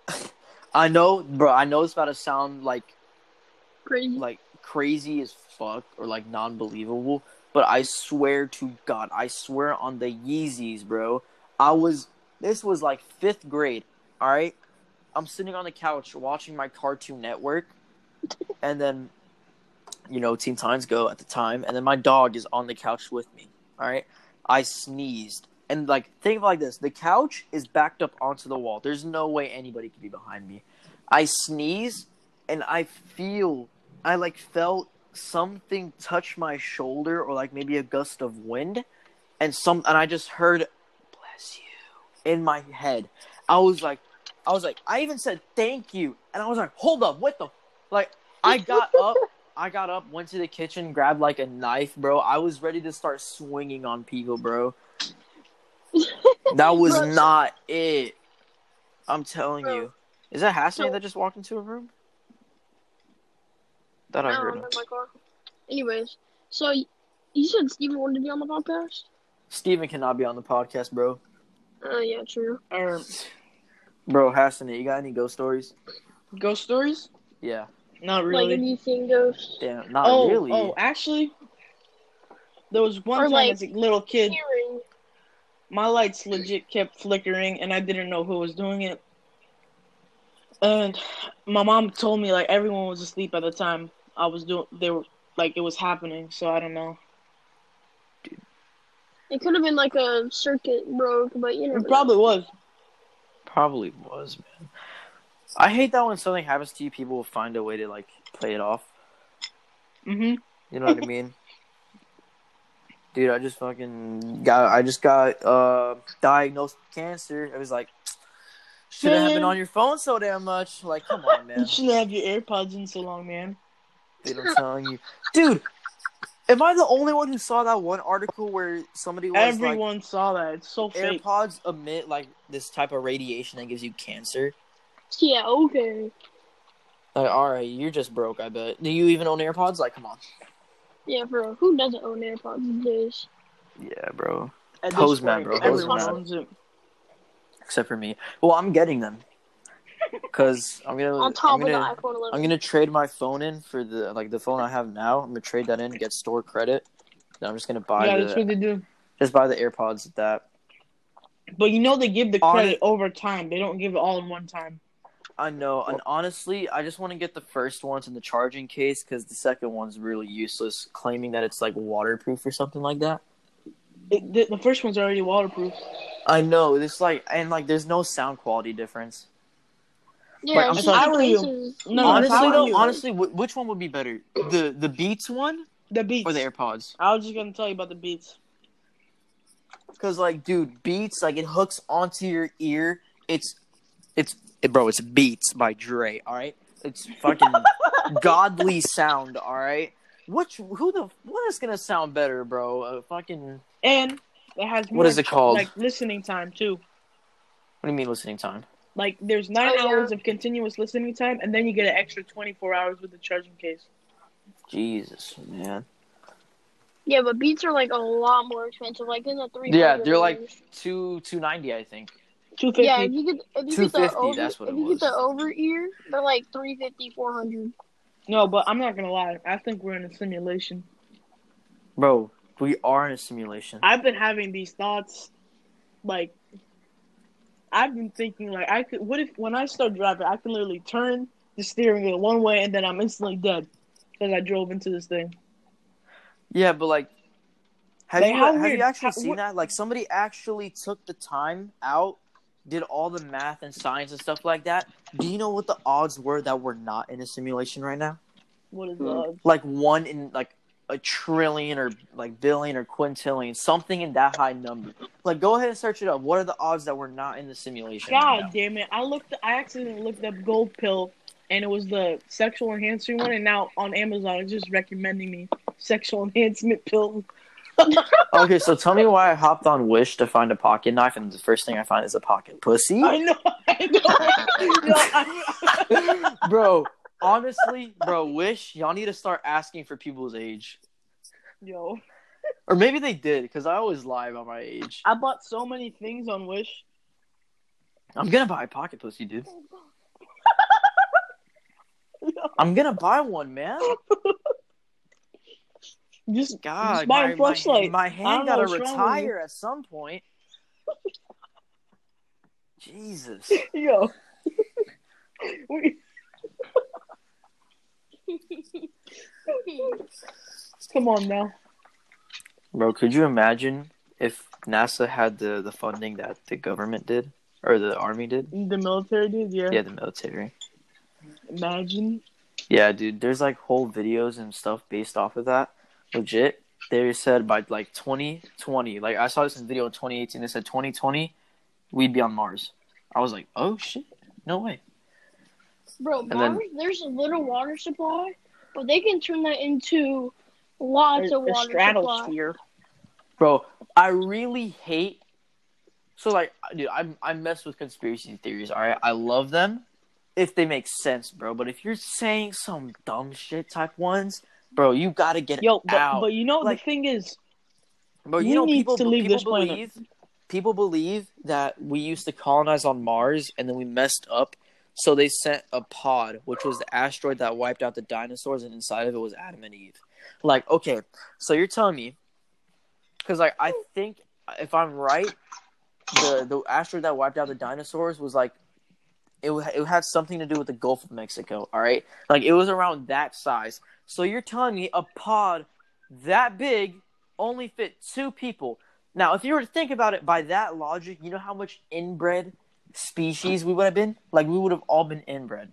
S4: I know, bro. I know it's about to sound like
S3: crazy.
S4: like crazy as fuck or like non-believable, but I swear to God, I swear on the Yeezys, bro. I was this was like fifth grade. All right, I'm sitting on the couch watching my Cartoon Network, and then you know Teen Times Go at the time, and then my dog is on the couch with me. All right, I sneezed. And like think of it like this: the couch is backed up onto the wall. There's no way anybody could be behind me. I sneeze, and I feel I like felt something touch my shoulder or like maybe a gust of wind and some and I just heard bless you in my head. I was like I was like I even said thank you and I was like hold up what the like I got up I got up went to the kitchen grabbed like a knife bro. I was ready to start swinging on people bro. That was
S3: Bro.
S4: not it. I'm telling
S3: Bro.
S4: you. Is that Hasney
S3: So-
S4: that just walked into a room? That
S3: I
S4: I
S3: don't
S4: heard.
S3: know my car. Anyways, so y- you said Steven wanted to be on the podcast.
S4: Steven cannot be on the podcast, bro.
S3: Oh yeah, true.
S1: Or
S4: Bro, Hasney, you got any ghost stories?
S1: ghost stories?
S4: Yeah.
S1: Not
S3: Like,
S1: really.
S3: have you seen ghosts?
S4: Damn, not
S1: oh,
S4: really.
S1: oh, actually, there was one
S3: Or,
S1: time
S3: like-
S1: as a little kid,
S3: Hearing.
S1: my lights legit kept flickering, and I didn't know who was doing it. And my mom told me like everyone was asleep at the time I was doing. They were like it was happening, so I don't know.
S3: It could have been like a circuit broke, but you know.
S1: It probably was.
S4: Probably was, man. I hate that when something happens to you, people will find a way to like play it off.
S1: hmm
S4: You know what I mean? Dude, I just fucking got I just got uh diagnosed with cancer. It was like shouldn't have been
S1: Man.
S4: on your phone so damn much. Like, come on, man.
S1: You should have your AirPods in so long, man.
S4: Dude, I'm telling you, dude. Am I the only one who saw that one article where somebody was
S1: Everyone saw that. It's so
S4: like,
S1: fake.
S4: AirPods emit like this type of radiation that gives you cancer?
S3: Yeah. Okay.
S4: Like, all right, you're just broke. I bet. Do you even own AirPods? Like, come on.
S3: Yeah, bro. Who doesn't own AirPods these days?
S4: Yeah, bro.
S1: At this
S4: Hose man,
S1: point,
S4: bro.
S3: Hose
S1: Everyone
S4: man.
S1: owns it.
S4: Except for me. Well, I'm getting them because I'm gonna.
S3: On top
S4: I'm gonna,
S3: of the iPhone 11.
S4: I'm gonna trade my phone in for the like the phone I have now. I'm gonna trade that in, get store credit. Then I'm just gonna buy
S1: Yeah,
S4: the
S1: that's what they do.
S4: just buy the AirPods at that.
S1: But you know they give the
S4: On
S1: credit
S4: it-
S1: over time. They don't give it all in one time.
S4: I know, and honestly, I just want to get the first ones in the charging case because the second one's really useless, claiming that it's like waterproof or something like that.
S1: It, the, the first one's already waterproof.
S4: I know, it's like, and like, there's no sound quality difference.
S3: yeah,
S4: I'm
S3: it's
S1: sorry.
S3: just
S1: I were you.
S3: cases.
S1: No, if
S4: honestly,
S1: I were
S4: though,
S1: you-
S4: honestly, wh- which one would be better, the the Beats one
S1: The Beats.
S4: or the AirPods?
S1: I was just gonna tell you about the Beats.
S4: Cause like, dude, Beats like it hooks onto your ear. It's, it's, it, bro. It's Beats by Dre. All right, it's fucking godly sound. All right, which who the what is gonna sound better, bro? A fucking
S1: And it has more
S4: what is it called?
S1: like listening time too.
S4: what do you mean listening time?
S1: Like there's nine
S3: Oh, yeah.
S1: hours of continuous listening time, and then you get an extra 24 hours with the charging case.
S4: Jesus, man.
S3: Yeah, but Beats are like a lot more expensive. Like in the three.
S4: Yeah, they're like two two ninety, I think.
S3: Yeah, if
S1: 250.
S3: you get if you get the
S4: 250,
S3: over,
S4: that's what it
S3: if you
S4: was.
S3: get the over ear, they're like 350, 400.
S1: No, but I'm not gonna lie. I think we're in a simulation.
S4: Bro, we are in a simulation.
S1: I've been having these thoughts, like I've been thinking, like I could. What if when I start driving, I can literally turn the steering wheel one way, and then I'm instantly dead because I drove into this thing.
S4: Yeah, but like, have
S1: Like,
S4: you
S1: how
S4: have
S1: weird-
S4: you actually
S1: how-
S4: seen
S1: what-
S4: that? Like, somebody actually took the time out, did all the math and science and stuff like that. Do you know what the odds were that we're not in a simulation right now?
S1: What is
S3: Hmm.
S1: love?
S4: Like one in like a trillion or like billion or quintillion, something in that high number. Like, go ahead and search it up. What are the odds that we're not in the simulation? right
S1: God
S4: now?
S1: damn it! I looked. I accidentally looked up gold pill, and it was the sexual enhancing one. And now on Amazon, it's just recommending me sexual enhancement pill.
S4: Okay, so tell me why I hopped on Wish to find a pocket knife, and the first thing I find is a pocket pussy.
S1: I know. I know. No, I-
S4: bro, honestly, bro, wish y'all need to start asking for people's age.
S1: Yo,
S4: Or maybe they did, because I always lie about my age.
S1: I bought so many things on Wish.
S4: I'm gonna buy a pocket pussy, dude. I'm gonna buy one, man.
S1: Just
S4: God,
S1: Just buy a
S4: my, my-
S1: fleshlight.
S4: my
S1: I
S4: hand
S1: don't know
S4: gotta
S1: what's wrong with you.
S4: retire at some point. Jesus,
S1: Yo. We- Come on now.
S4: bro, could you imagine if NASA had the the funding that the government did or the army did?
S1: The military dude, yeah.
S4: Yeah, the military.
S1: Imagine.
S4: Yeah, dude, there's like whole videos and stuff based off of that. Legit. They said by like 2020, like I saw this in video in 2018, they said 2020, we'd be on Mars. I was like, oh shit, no way.
S3: Bro,
S4: then-
S3: Mars, there's a little water supply, but they can turn that into lots
S1: The-
S3: of
S1: the
S3: water supply.
S1: stratosphere.
S4: Bro, I really hate. So, like, dude, I'm, I mess with conspiracy theories, all right? I love them if they make sense, bro. But if you're saying some dumb shit type ones, bro, you gotta get
S1: Yo, but,
S4: out.
S1: but you know
S4: Like-
S1: the thing is,
S4: But you
S1: We
S4: know,
S1: need
S4: people
S1: to leave
S4: people
S1: this planet.
S4: believe people believe that we used to colonize on Mars and then we messed up, so they sent a pod, which was the asteroid that wiped out the dinosaurs, and inside of it was Adam and Eve. Like, okay, so you're telling me, because like I think if I'm right, the the asteroid that wiped out the dinosaurs was like. It, wa- it had something to do with the Gulf of Mexico, all right? Like, it was around that size. So, you're telling me a pod that big only fit two people. Now, if you were to think about it by that logic, you know how much inbred species we would have been? Like we would have all been inbred.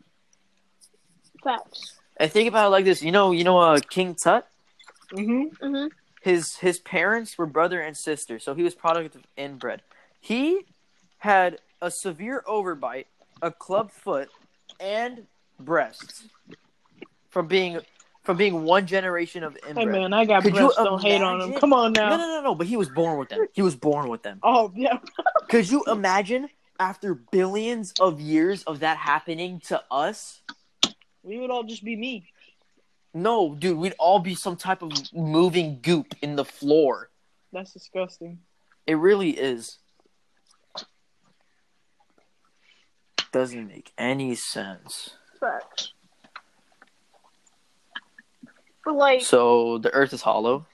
S3: Facts.
S4: And think about it like this, you know, you know uh, King Tut,
S1: hmm
S3: hmm
S4: his his parents were brother and sister, so he was product of inbred. He had a severe overbite, a club foot, and breasts from being from being one generation of
S1: hey
S4: inbred.
S1: man, I got
S4: Could you
S1: breasts. Don't hate on them.
S4: imagine-
S1: Come on
S4: no,
S1: now.
S4: no, no, no, but he was born with them. He was born with them.
S1: Oh yeah,
S4: Could you imagine after billions of years of that happening to us?
S1: we would all just be me.
S4: No, dude, we'd all be some type of moving goop in the floor.
S1: That's disgusting.
S4: It really is. Doesn't make any sense.
S3: Facts. But like,
S4: So the earth is hollow.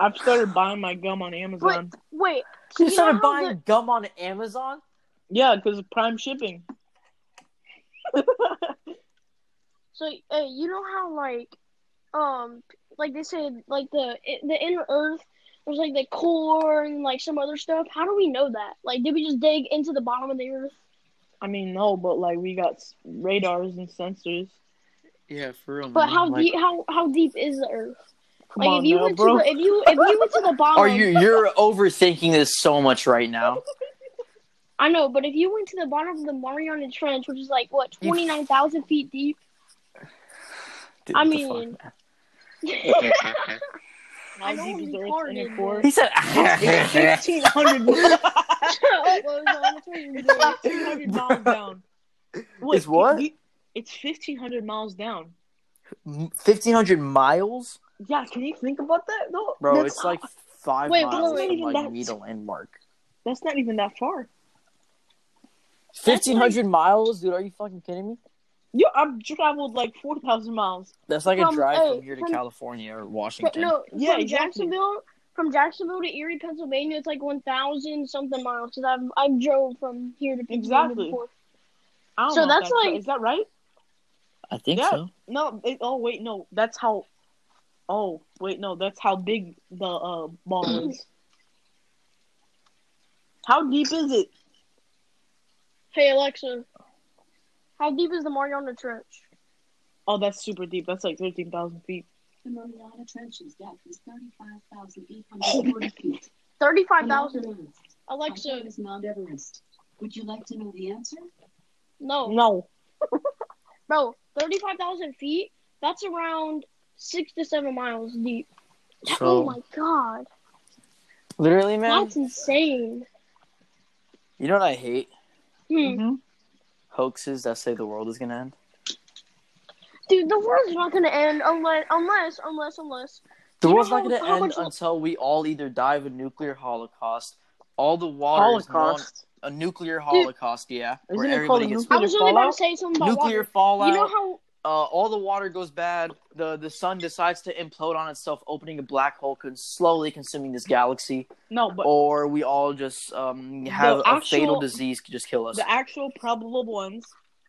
S1: I've started buying my gum on Amazon.
S3: wait.
S4: You
S3: know
S4: started
S3: how
S4: buying
S3: the-
S4: gum on Amazon?
S1: Yeah, because of prime shipping.
S3: So uh, you know how like, um, like they said, like the the inner Earth there's like the core and like some other stuff. How do we know that? Like, did we just dig into the bottom of the Earth?
S1: I mean, no, but like we got s- radars and sensors.
S4: Yeah, for real.
S3: But how deep? How how deep is the Earth?
S1: Mm, Come
S3: like
S1: on
S3: if you
S1: now,
S3: went
S1: bro.
S3: to the if you if you went to the bottom,
S4: Are you you're overthinking this so much right now?
S3: I know, but if you went to the bottom of the Mariana Trench, which is like what
S4: You-
S3: twenty nine thousand feet deep,
S4: Dude,
S3: I
S4: what the
S3: mean-
S4: fuck,
S1: How
S3: I know
S1: deep
S3: I'm
S1: is the Earth's
S3: retarded,
S1: inner
S3: but-
S1: core?
S4: man? he said.
S1: It's 1,500 miles.
S3: Oh, well, no, that's what you're
S1: It's 1,500
S3: doing.
S1: miles down. Wait,
S4: It's what?
S1: you- It's 1,500 miles down.
S4: Fifteen hundred miles,
S1: Yeah, can you think about that? No,
S4: bro.
S1: that's
S4: it's
S1: not-
S4: like five
S3: Wait,
S4: miles
S3: wait,
S4: from
S1: wait,
S4: like
S1: that's-
S4: me to landmark.
S1: that's not even that far.
S4: Fifteen hundred miles, dude. Are you fucking kidding me?
S1: You, I've traveled like 4,000 miles.
S4: That's like
S3: From-
S4: a drive
S3: hey,
S4: from here to
S3: from-
S4: California or
S3: But
S4: Washington.
S3: no,
S1: Yeah,
S3: from
S1: exactly.
S3: Jacksonville, from Jacksonville to Erie, Pennsylvania, it's like one thousand something miles. Cause I've I drove from here to Pennsylvania
S1: Exactly.
S3: before.
S1: I don't
S3: So
S1: know if
S3: that's like-
S1: is that right?
S4: I think
S1: Yeah.
S4: so.
S1: No. It, oh wait, no. That's how. Oh wait, no. That's how big the uh,
S3: Mm.
S1: ball is. How deep is it?
S3: Hey Alexa, how deep is the Mariana Trench?
S1: Oh, that's super deep. That's like thirteen thousand feet.
S5: The Mariana Trench is depth is 35,840 feet.
S3: Thirty five
S5: Mount
S3: thousand.
S5: Everest. How
S3: Alexa,
S5: tall is Mount Everest? Would you like to know the answer?
S3: no,
S1: No,
S3: bro, thirty five thousand feet. That's around six to seven miles deep. oh
S4: So
S3: my god,
S4: literally, man.
S3: that's insane.
S4: You know what I hate?
S3: Hmm.
S1: Mm-hmm.
S4: Hoaxes that say the world is gonna end.
S3: Dude, the world's not gonna end unless unless unless unless
S4: The
S3: You know
S4: world's not
S3: how-
S4: going to
S3: how
S4: end
S3: much-
S4: until we all either die of a nuclear holocaust, all the water is known- a nuclear holocaust, yeah,
S1: Isn't
S4: where
S1: it
S4: everybody
S1: called
S4: gets
S1: nuclear
S3: I was really about
S1: fallout?
S3: to say something about
S4: nuclear
S3: water.
S4: fallout.
S3: You know how
S4: uh, all the water goes bad. The the sun decides to implode on itself, opening a black hole, con- slowly consuming this galaxy.
S1: no. But
S4: or we all just um, have
S1: The
S4: a fatal
S1: actual-
S4: disease could just kill us.
S1: the actual probable ones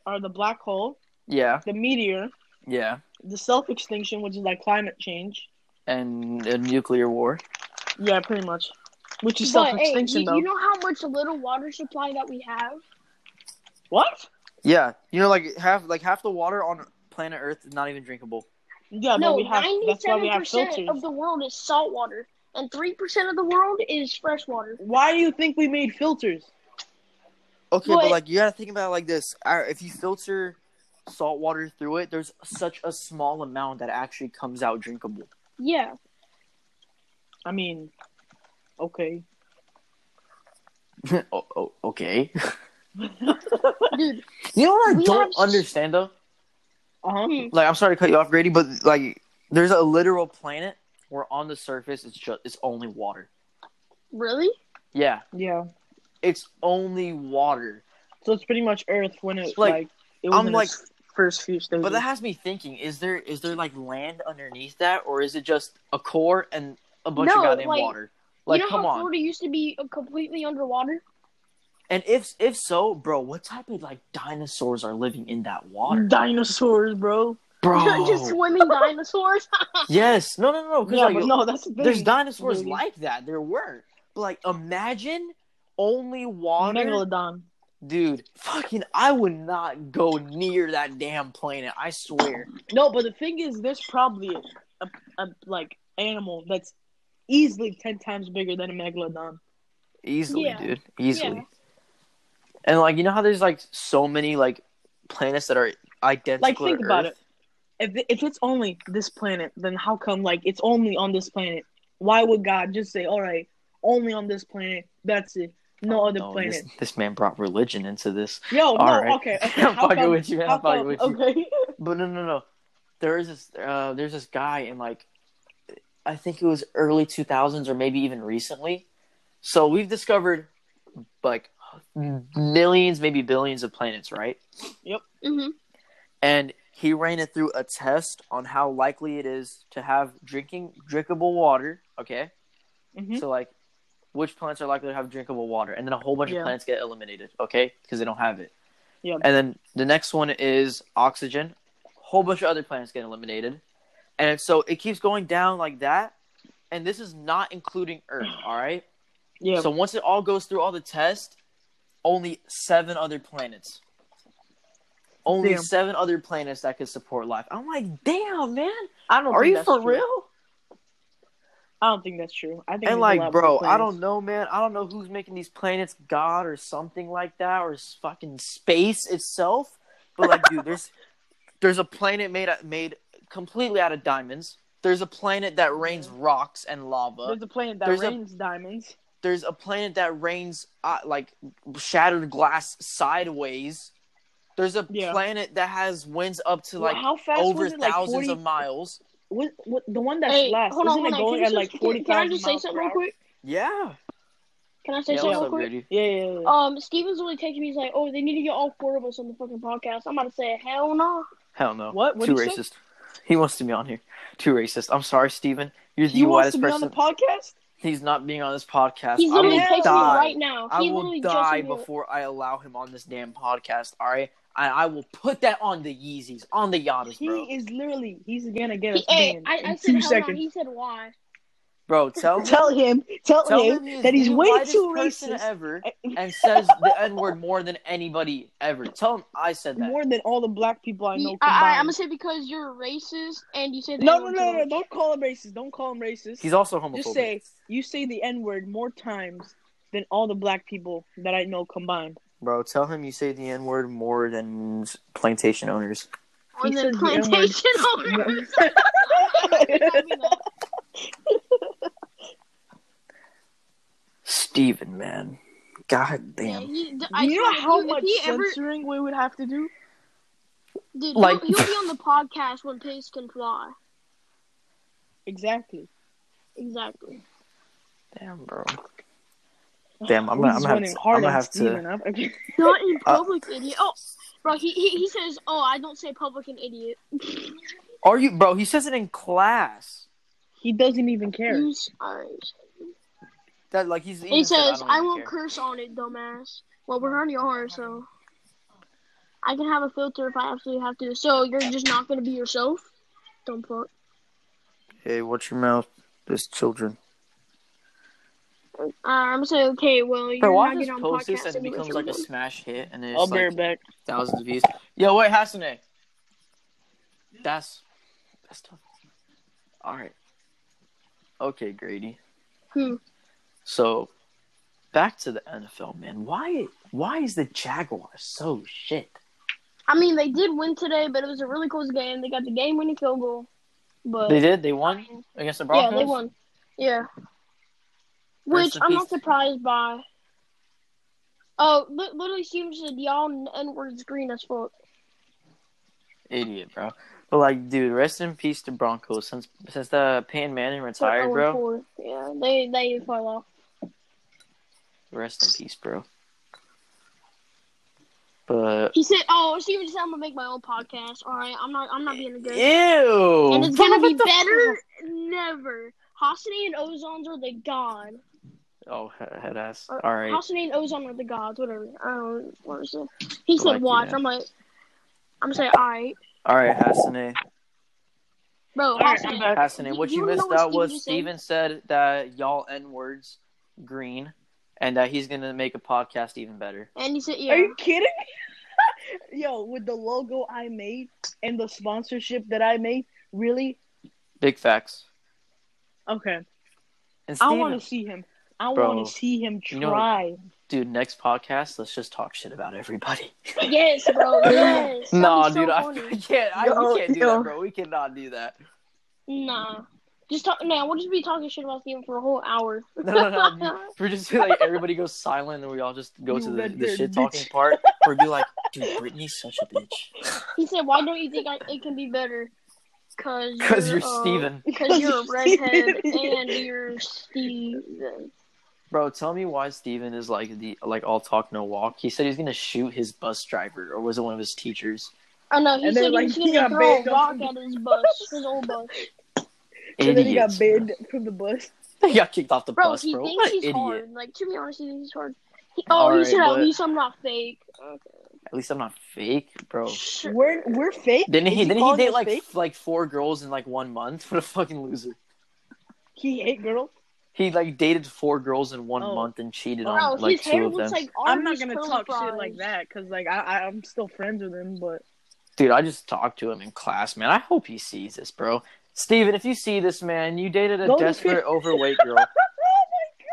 S1: are the black hole,
S4: yeah,
S1: the meteor,
S4: yeah,
S1: the self extinction, which is like climate change.
S4: and a nuclear war.
S1: Yeah, pretty much. Which is self
S3: but, hey,
S1: extinction
S3: you,
S1: though.
S3: you know how much little water supply that we have?
S1: what?
S4: Yeah, you know, like half like half the water on planet Earth is not even drinkable.
S1: Yeah,
S3: no,
S1: but we have. That's why we have filters.
S3: percent of the world is salt water, and three percent of the world is fresh water.
S1: Why do you think we made filters?
S4: Okay, but,
S3: But-
S4: like you gotta think about it like this: Uh, if you filter salt water through it, there's such a small amount that actually comes out drinkable.
S3: Yeah,
S1: I mean, okay.
S4: oh, oh, okay.
S3: dude.
S4: You know what I
S3: We
S4: don't
S3: have s-
S4: understand though?
S1: Uh-huh.
S3: Hmm.
S4: Like, I'm sorry to cut you off, Grady, but like, there's a literal planet where on the surface it's just it's only water.
S3: Really?
S4: Yeah,
S1: Yeah.
S4: it's only water.
S1: So it's pretty much Earth when it
S4: Like,
S1: like, it was
S4: I'm
S1: in
S4: like-
S1: its first few stages.
S4: But that has me thinking: is there is there like land underneath that, or is it just a core and a bunch
S3: No,
S4: of goddamn
S3: like-
S4: water? Like,
S3: you know
S4: come
S3: how
S4: on.
S3: Florida used to be uh, completely underwater?
S4: And if if so, bro, what type of like dinosaurs are living in that water,
S1: dinosaurs, bro. Oh.
S3: Just
S4: bro?
S3: swimming dinosaurs.
S4: yes, no, no, no. 'cause,
S1: Yeah,
S4: like,
S1: but no, that's the thing.
S4: there's dinosaurs
S1: Maybe.
S4: like that. There were, but like, imagine only water,
S1: Megalodon.
S4: dude. Fucking, I would not go near that damn planet. I swear.
S1: No, but the thing is, there's probably a, a like animal that's easily ten times bigger than a megalodon.
S4: Easily,
S3: Yeah.
S4: dude. Easily. And like, you know how there's like so many like planets that are identical.
S1: Like, think
S4: to
S1: about
S4: Earth?
S1: it. If if it's only this planet, then how come like it's only on this planet? Why would God just say, "All right, only on this planet"? That's it. No other
S4: Oh, No,
S1: planet.
S4: This, this man brought religion into this.
S1: Yo,
S4: All
S1: no,
S4: right.
S1: okay. okay,
S4: I'm
S1: how
S4: fucking
S1: come-
S4: with you, man.
S1: how
S4: I'm fucking
S1: come-
S4: with you.
S1: Okay.
S4: But no, no, no. There is this. Uh, there's this guy in like, I think it was early two thousands or maybe even recently. So we've discovered like millions, maybe billions of planets, right?
S3: hmm
S4: And he ran it through a test on how likely it is to have drinking drinkable water. Okay,
S1: Mhm.
S4: so like, which planets are likely to have drinkable water? And then a whole bunch
S1: Yeah.
S4: of planets get eliminated. Okay, because they don't have it.
S1: Yeah.
S4: And then the next one is oxygen. Whole bunch of other planets get eliminated, and so it keeps going down like that. And this is not including Earth. All right.
S1: Yeah.
S4: So once it all goes through all the tests, only seven other planets. Only
S1: Damn.
S4: seven other planets that could support life. I'm like, damn, man,
S1: I don't.
S4: are
S1: think
S4: you
S1: that's
S4: for
S1: true.
S4: real?
S1: I don't think that's true. I think
S4: And like, bro, I don't know, man. I don't know who's making these planets, God or something like that, or s- fucking space itself. But like, dude, there's there's a planet made out- made completely out of diamonds. There's a planet that rains rocks and lava.
S1: There's a plane that
S4: There's a-
S1: rains diamonds.
S4: There's a planet that rains uh, like shattered glass sideways. There's a
S1: Yeah.
S4: planet that has winds up to like
S1: how fast
S4: over
S1: was it? Like
S4: thousands
S1: 40,
S4: of miles.
S1: What, what, the one that's
S3: Hey,
S1: last.
S3: hold on,
S1: isn't it
S3: hold on.
S1: going
S3: Can, you
S1: at
S3: say-
S1: like
S3: can-
S1: forty
S3: can I
S1: thousand
S3: just
S1: miles
S3: say something real quick?
S4: Yeah.
S3: Can I say something
S4: yeah, what's
S3: real
S4: up,
S3: quick?
S4: Rudy?
S1: Yeah, yeah, yeah.
S3: Um, Steven's really texting me. He's like, "Oh, they need to get all four of us on the fucking podcast." I'm about to say, "Hell no!"
S4: Hell no.
S1: What? What
S4: Too
S1: did you say?
S4: racist. He wants to be on here. Too racist. I'm sorry, Steven. You're the
S1: He wants to
S4: whitest
S1: be on
S4: person.
S1: the podcast.
S4: He's not being on this podcast.
S3: He's
S4: I
S3: literally
S4: will
S3: texting
S4: die.
S3: me right now.
S4: I
S3: He
S4: will
S3: literally
S4: die
S3: just
S4: before I allow him on this damn podcast. All right, I, I will put that on the Yeezys, on the Yadas,
S1: He
S4: bro.
S1: is literally. He's gonna get
S3: He,
S1: us
S3: hey,
S1: banned
S3: I,
S1: in
S3: I
S1: two
S3: said, "Hell no!"
S1: seconds.
S3: He said, "Why?"
S4: Bro, tell him,
S1: Tell him, tell,
S4: tell
S1: him,
S4: him he is
S1: that he's
S4: the
S1: way
S4: whitest
S1: too
S4: person
S1: racist.
S4: ever, and says the N word more than anybody ever. Tell him I said that.
S1: More than all the black people I know.
S3: He- I, I, I'm
S1: combined.
S3: gonna say because you're racist and you said
S1: No, no, no, no! Don't call him racist. Don't call him racist.
S4: He's also homophobic.
S1: Just say you say the N word more times than all the black people that I know combined.
S4: Bro, tell him you say the N word more than plantation owners.
S1: He
S3: On
S1: said
S3: the
S1: the
S3: plantation owners. That's
S4: Steven, man. God damn.
S3: he,
S1: Do you know how much censoring we would have to do?
S3: dude,
S4: Like-
S3: he'll, he'll be on the podcast when pigs can fly.
S1: Exactly.
S3: Exactly.
S4: Damn, bro. Damn, I'm gonna-
S1: He's
S4: I'm gonna have
S1: running
S4: to-
S1: hard
S4: I'm gonna
S1: on
S4: have to-
S1: Steven. I'm-
S3: Not in
S4: Uh,
S3: public, idiot. Oh, bro, he, he he says, "Oh, I don't say public and idiot."
S4: Are you, bro? He says it in class.
S1: He doesn't even care.
S3: You s- alright.
S4: That like he's.
S3: He says, "I, won't curse on it, dumbass." Well, we already are, so I can have a filter if I absolutely have to. So you're just not gonna be yourself. Don't fuck.
S4: Hey, watch your mouth. There's children.
S3: Uh, I'm gonna say, okay, well, you're
S4: Bro,
S3: not
S4: why just
S3: getting on
S4: post this
S3: podcast
S4: and it becomes like a smash hit and it's
S1: I'll be
S4: like
S1: right back.
S4: thousands of views? Yo, wait, Hasane. That's that's tough. All right. Okay, Grady.
S3: Hmm.
S4: So, back to the NFL, man. Why why is the Jaguars so shit?
S3: I mean, they did win today, but it was a really close game. They got the game-winning field goal, but
S4: They did. They won against the
S3: yeah,
S4: Broncos.
S3: they won. Yeah,
S4: Rest
S3: which
S4: in
S3: I'm
S4: peace.
S3: not surprised by. Oh, li- literally, Steven said y'all n words green as fuck.
S4: idiot, bro. But like, dude, rest in peace to Broncos. Since since the Pan Manning
S3: They're
S4: retired,
S3: 0
S4: bro,
S3: 4. Yeah, they they fell off.
S4: rest in peace, bro. But
S3: He said, "Oh, Steven said I'm gonna make my own podcast. All right, I'm not. I'm not being a
S4: ew,
S3: good. and it's
S4: bro,
S3: gonna
S4: what
S3: be
S4: the
S3: better. Never. Hassani and Ozons are the god.
S4: fu- Oh, he- head ass.
S3: Or,
S4: All right,
S3: Hassani and Ozon are the gods. Whatever. I don't. know What was it? He said,
S4: Like,
S3: "Watch."
S4: yeah.
S3: I'm like, I'm saying, "All right,
S4: all right, Hassane.
S3: bro."
S1: right,
S3: Hassani.
S1: I'm back.
S4: Hassane, what
S3: Do
S4: you,
S3: wanna know
S4: missed
S3: what
S4: out was
S3: just said?
S4: Steven said that y'all n words green, and that he's gonna make a podcast even better.
S3: And he said,
S1: Are
S3: "Yeah."
S1: you kidding me? Yo, with the logo I made and the sponsorship that I made, really?
S4: Big facts.
S1: Okay.
S4: And
S1: I
S4: Steven,
S1: want to see him. I
S4: Bro,
S1: want to see him
S4: you know-
S1: try.
S4: dude, next podcast, let's just talk shit about everybody.
S3: Yes, bro. Yes.
S4: No,
S3: That'd be so
S4: dude, I,
S3: funny.
S4: we can't. I,
S1: Yo,
S4: we can't do
S1: yo.
S4: that, bro. We cannot do that.
S3: Nah. Just talk. Nah, we'll just be talking shit about Steven for a whole hour.
S4: No, no, no. We're just like everybody goes silent, and we all just go
S1: You
S4: to the, the
S1: red-haired
S4: shit
S1: bitch.
S4: talking part. Or be like, dude, Brittany's such a bitch
S3: He said, "Why don't you think I, it can be better?" Because
S4: because you're
S3: uh,
S4: Steven.
S3: Because you're a redhead and
S1: Steven.
S3: you're Steven.
S4: Bro, tell me why Steven is like the like all talk no walk. He said he's gonna shoot his bus driver, or was it one of his teachers?
S3: Oh no, he
S1: And
S3: said
S1: then, like,
S3: he's
S1: he
S3: gonna
S1: got
S3: throw a
S1: banned
S3: rock
S1: off-
S3: at his bus, his old bus.
S1: And then he got
S4: Idiots, bro.
S1: banned from the bus.
S4: He got kicked off the
S3: Bro,
S4: bus,
S3: he
S4: bro.
S3: thinks
S4: What an
S3: he's
S4: idiot.
S3: hard. Like to be honest, he thinks he's hard. He, oh, he
S4: Alright,
S3: said at
S4: but-
S3: least I'm not fake. Okay.
S4: At least I'm not fake, bro.
S3: Sure.
S1: We're we're fake.
S4: Didn't
S1: Is
S4: he? Didn't he
S1: calling
S4: date
S1: us
S4: like
S1: fake?
S4: f- like four girls in like one month? What a fucking loser.
S1: he hate girls?
S4: He like dated four girls in one
S1: Oh.
S4: month and cheated
S3: Bro,
S4: on like
S3: his hair
S4: two of them.
S3: looks like
S1: I'm not
S3: Arby's
S1: gonna
S3: curly
S1: talk
S3: fries.
S1: shit like that because like I, I I'm still friends with him, but
S4: Dude, I just talked to him in class, man. I hope he sees this, bro. Steven, if you see this, man, you dated a
S1: No, you
S4: desperate,
S1: can't.
S4: overweight girl.
S1: my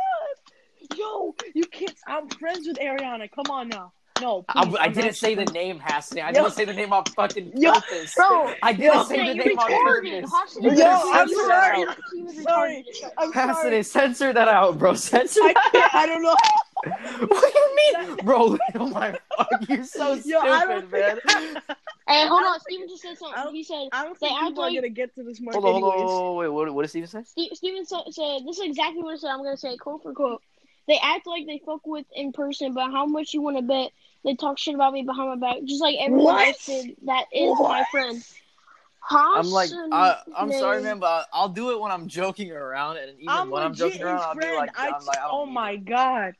S1: Oh god! Yo, you can't. I'm friends with Ariana. Come on now. No,
S4: I,
S1: please,
S4: I
S1: I'm
S4: didn't
S1: not-
S4: say the name, Hassan. I
S1: Yo.
S4: didn't say the name on fucking
S1: Yo.
S4: purpose.
S1: Bro,
S4: I didn't
S1: Yo.
S4: say
S3: Yeah,
S4: the
S3: you
S4: name on
S3: retarded.
S4: purpose.
S3: Hudson,
S1: Yo,
S3: you retarded.
S1: I'm
S3: You were
S1: sorry.
S3: retarded. You were
S1: Sorry.
S3: retarded.
S1: I'm
S4: Hassan,
S1: sorry.
S4: censor that out, bro. Censor
S1: I
S4: that.
S1: can't. I don't know.
S4: What do you mean, bro? Oh my fuck, you're so
S1: Yo, I don't
S4: stupid, man.
S3: Hey, hold on. Steven just said something.
S1: I'll-
S3: He said,
S1: I don't
S3: They
S1: think
S3: act
S1: people
S3: like-
S1: are gonna get to this much
S4: Hold on, hold on.
S1: anyways.
S4: Wait, what, what does Steven say?
S3: Ste- Steven sa- said, this is exactly what I said. I'm going to say, quote for quote. They act like they fuck with in person, but how much you want to bet they talk shit about me behind my back, just like everyone
S1: What?
S3: else did that is my
S1: What?
S3: friend. Huh?
S4: I'm like, I, I'm sorry, man, but I- I'll do it when I'm joking around, and even
S1: I'm
S4: when I'm
S1: legit
S4: joking
S1: his
S4: around, I'll be
S1: friend.
S4: like,
S1: I
S4: I'm like, I don't
S1: oh
S4: need
S1: my
S4: it.
S1: god.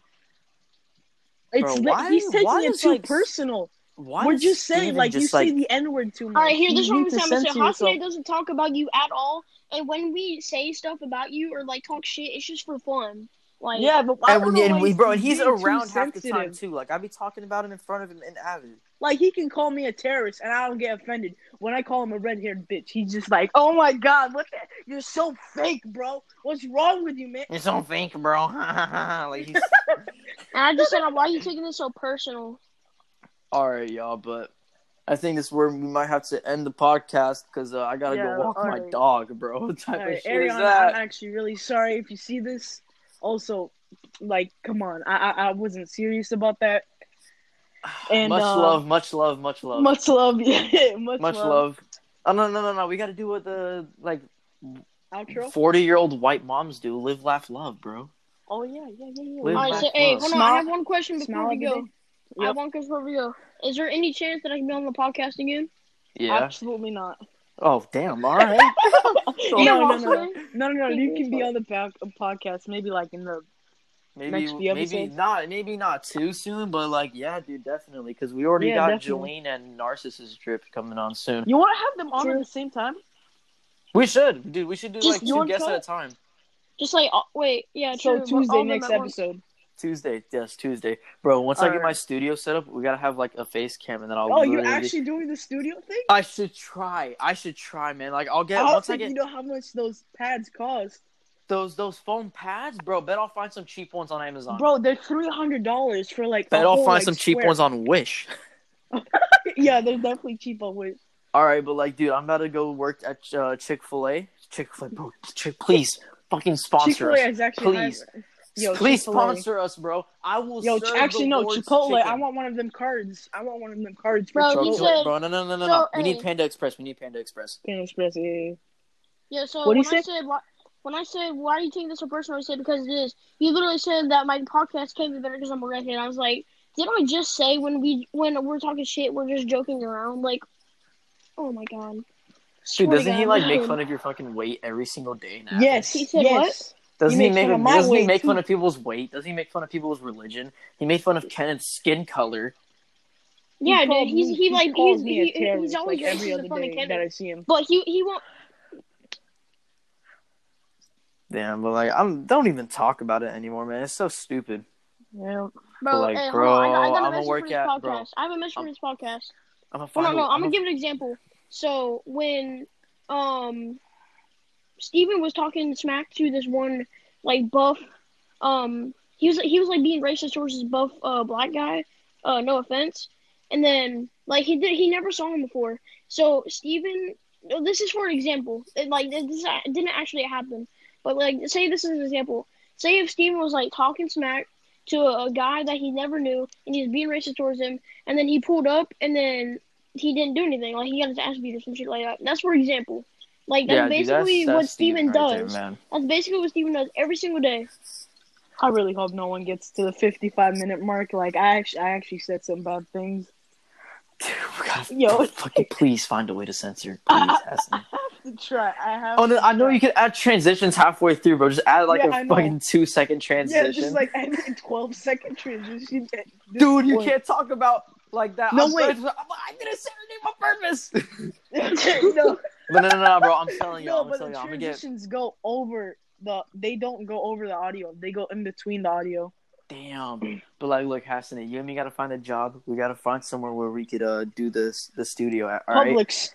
S1: It's
S4: Bro,
S1: li-
S4: why-
S1: he's taking
S4: why
S1: it
S4: is,
S1: too
S4: like,
S1: personal.
S4: Why
S1: We're
S4: does
S1: just saying,
S4: Steven
S1: like you
S4: just,
S1: say the N word too much.
S3: All right, here, this is
S1: You
S3: what I'm
S1: need
S3: gonna say. I'm
S1: to
S3: gonna say
S1: censor
S3: Hasane
S1: yourself.
S3: doesn't talk about you at all, and when we say stuff about you or like talk shit, it's just for fun. Like,
S1: Yeah, but I
S4: And,
S1: don't
S4: and,
S1: know why
S4: we, bro, and he's
S1: being too
S4: around half the time
S1: sensitive.
S4: too. Like I be talking about him in front of him in Avid.
S1: Like he can call me a terrorist and I don't get offended. When I call him a red haired bitch, he's just like, Oh my god, what the you're so fake, bro. What's wrong with you, man?
S4: It's so fake, bro. like he's
S3: and I just said, why are you taking this so personal?
S4: all right, y'all. But I think this where we might have to end the podcast because uh, I gotta
S1: Yeah,
S4: go walk
S1: all
S4: my
S1: right.
S4: dog, bro. What type
S1: All
S4: of
S1: right,
S4: shit is
S1: Ariana,
S4: that?
S1: I'm actually really sorry if you see this. Also, like, come on, I I, I wasn't serious about that. And
S4: much
S1: uh,
S4: love, much love, much love,
S1: much love, yeah, much,
S4: much love. Oh no, no, no, no. We gotta do what the like
S1: Outro.
S4: forty-year-old white moms do: live, laugh, love, bro.
S1: Oh yeah, yeah, yeah, yeah.
S4: Live
S3: All right,
S4: back
S3: so hey,
S4: up.
S3: hold on.
S1: Smile-
S3: I have one question before
S1: smile every
S3: we go.
S1: day.
S3: I
S1: Yep.
S3: have one question before we go. Is there any chance that I can be on the podcast again?
S4: Yeah.
S1: Absolutely not.
S4: Oh damn. All right.
S1: No, no, no, no,
S3: Walter?
S1: no, no, no. You can be on the back podcast, maybe like in the.
S4: Maybe
S1: Next few
S4: maybe
S1: episodes.
S4: not maybe not too soon, but like yeah, dude, definitely because we already
S1: Yeah,
S4: got
S1: definitely.
S4: Jolene and Narcissus drip coming on soon.
S1: You want to have them on
S3: Sure.
S1: at the same time?
S4: We should, dude. We should do
S3: Just-
S4: like
S1: you
S4: two
S1: wanna
S4: guests
S1: try
S4: at a
S1: it?
S4: time.
S3: Just like, oh, wait, yeah,
S1: So
S3: true.
S1: Tuesday
S3: all
S1: next
S3: them at once.
S1: episode.
S4: Tuesday, yes, Tuesday, bro. Once I get
S1: Alright.
S4: my studio set up, we gotta have like a face cam, and then I'll.
S1: Oh, you're
S4: literally-
S1: actually doing the studio thing?
S4: I should try. I should try, man. Like I'll get
S1: I don't
S4: once I
S1: think
S4: get
S1: you know how much those pads cost.
S4: those those foam pads, bro. Bet I'll find some cheap ones on Amazon.
S1: Bro, oh, they're three hundred dollars for like.
S4: bet
S1: a
S4: I'll
S1: whole,
S4: find
S1: like,
S4: some cheap
S1: square.
S4: ones on Wish.
S1: yeah, they're definitely cheap on Wish.
S4: All right, but like, dude, I'm about to go work at uh, Chick Fil A. Chick Fil A, bro. Chick, please, fucking
S1: Chick
S4: sponsor
S1: Fil
S4: us.
S1: A is actually
S4: Please.
S1: higher. Yo,
S4: Please
S1: Chick-fil-A.
S4: sponsor us, bro. I will.
S1: Yo,
S4: serve
S1: actually
S4: the
S1: no,
S4: Lord's
S1: Chipotle.
S4: chicken.
S1: I want one of them cards. I want one of them cards for
S3: Bro,
S4: Bro,
S3: he
S1: Chipotle.
S4: do
S3: said-
S4: it, bro, no, no, no,
S3: so,
S4: no, no. We
S3: hey.
S4: need Panda Express. We need Panda Express.
S1: Pan Express, yeah, yeah, yeah.
S3: Yeah, so
S1: What'd
S3: when
S1: he say?
S3: I said why, when I said why do you think this so personal, he said because it is. You literally said that my podcast can't be better because I'm a redhead. I was like, didn't I just say when we when we're talking shit, we're just joking around? Like, oh my god.
S4: Dude,
S3: Swear to
S4: doesn't he
S3: God,
S4: like
S3: dude.
S4: make fun of your fucking weight every single day now?
S1: Yes.
S3: He said
S1: yes.
S4: Doesn't
S1: he
S4: he,
S1: makes
S4: make
S1: fun of
S4: him,
S1: my
S4: doesn't he
S1: weight,
S4: make fun
S1: too.
S4: of people's weight? Doesn't he make fun of people's religion? He made fun of Kenneth's skin color.
S1: He
S3: Yeah, dude.
S1: called
S3: He's
S1: me-
S3: he like
S1: calls
S3: he's
S1: me a
S3: he, he's
S1: terrorist,
S3: always
S1: like, every
S3: racist
S1: other
S3: in front of
S1: day that
S3: Kenneth.
S1: I see him.
S3: But he he won't.
S4: Damn, but like, I'm don't even talk about it anymore, man. It's so stupid.
S1: Yeah.
S3: Bro,
S4: Like,
S3: hey,
S4: bro,
S3: hold on. I got, I got
S4: I'ma
S3: a message
S4: work
S3: for this
S4: at- bro.
S3: podcast. I have a message for
S4: I'm-
S3: this podcast.
S4: I'm a
S3: Well, no,
S4: final.
S3: no. I'm
S4: a-
S3: gonna give an example. So when um Steven was talking smack to this one like buff, um he was he was like being racist towards this buff uh black guy. Uh, no offense. And then like he did he never saw him before. So Steven, no, this is for an example. It, like this it didn't actually happen, but like say this is an example. Say if Steven was like talking smack to a, a guy that he never knew and he was being racist towards him, and then he pulled up and then he didn't do anything. Like he got his ass beat or some shit like that. That's for example. Like that's
S4: yeah, dude, that's-
S3: basically
S4: that's
S3: what Steven
S4: right there,
S3: does.
S4: man.
S3: that's basically what Steven does every single day.
S1: I really hope no one gets to the fifty-five minute mark. Like I actually, I actually said some bad things.
S4: Dude, we gotta
S1: Yo.
S4: fucking please find a way to censor. Please, Hassan.
S1: Try. I have.
S4: Oh no,
S1: to
S4: I know
S1: try.
S4: you can add transitions halfway through, bro. Just add like
S1: Yeah,
S4: a
S1: I know.
S4: fucking two second
S1: Yeah,
S4: transition.
S1: just like every twelve-second transition. at this
S4: Dude, you
S1: point.
S4: can't talk about like that.
S1: No,
S4: I'm sorry,
S1: wait.
S4: I'm like, I didn't say her name on purpose.
S1: no,
S4: but no, no, no, bro. I'm telling you,
S1: no,
S4: I'm
S1: but
S4: telling
S1: the
S4: you, I'm gonna get.
S1: transitions go over the. They don't go over the audio. They go in between the audio.
S4: damn. But like, look, Hassan, you and me gotta find a job. We gotta find somewhere where we could uh do this the studio at. All right,
S1: Publix.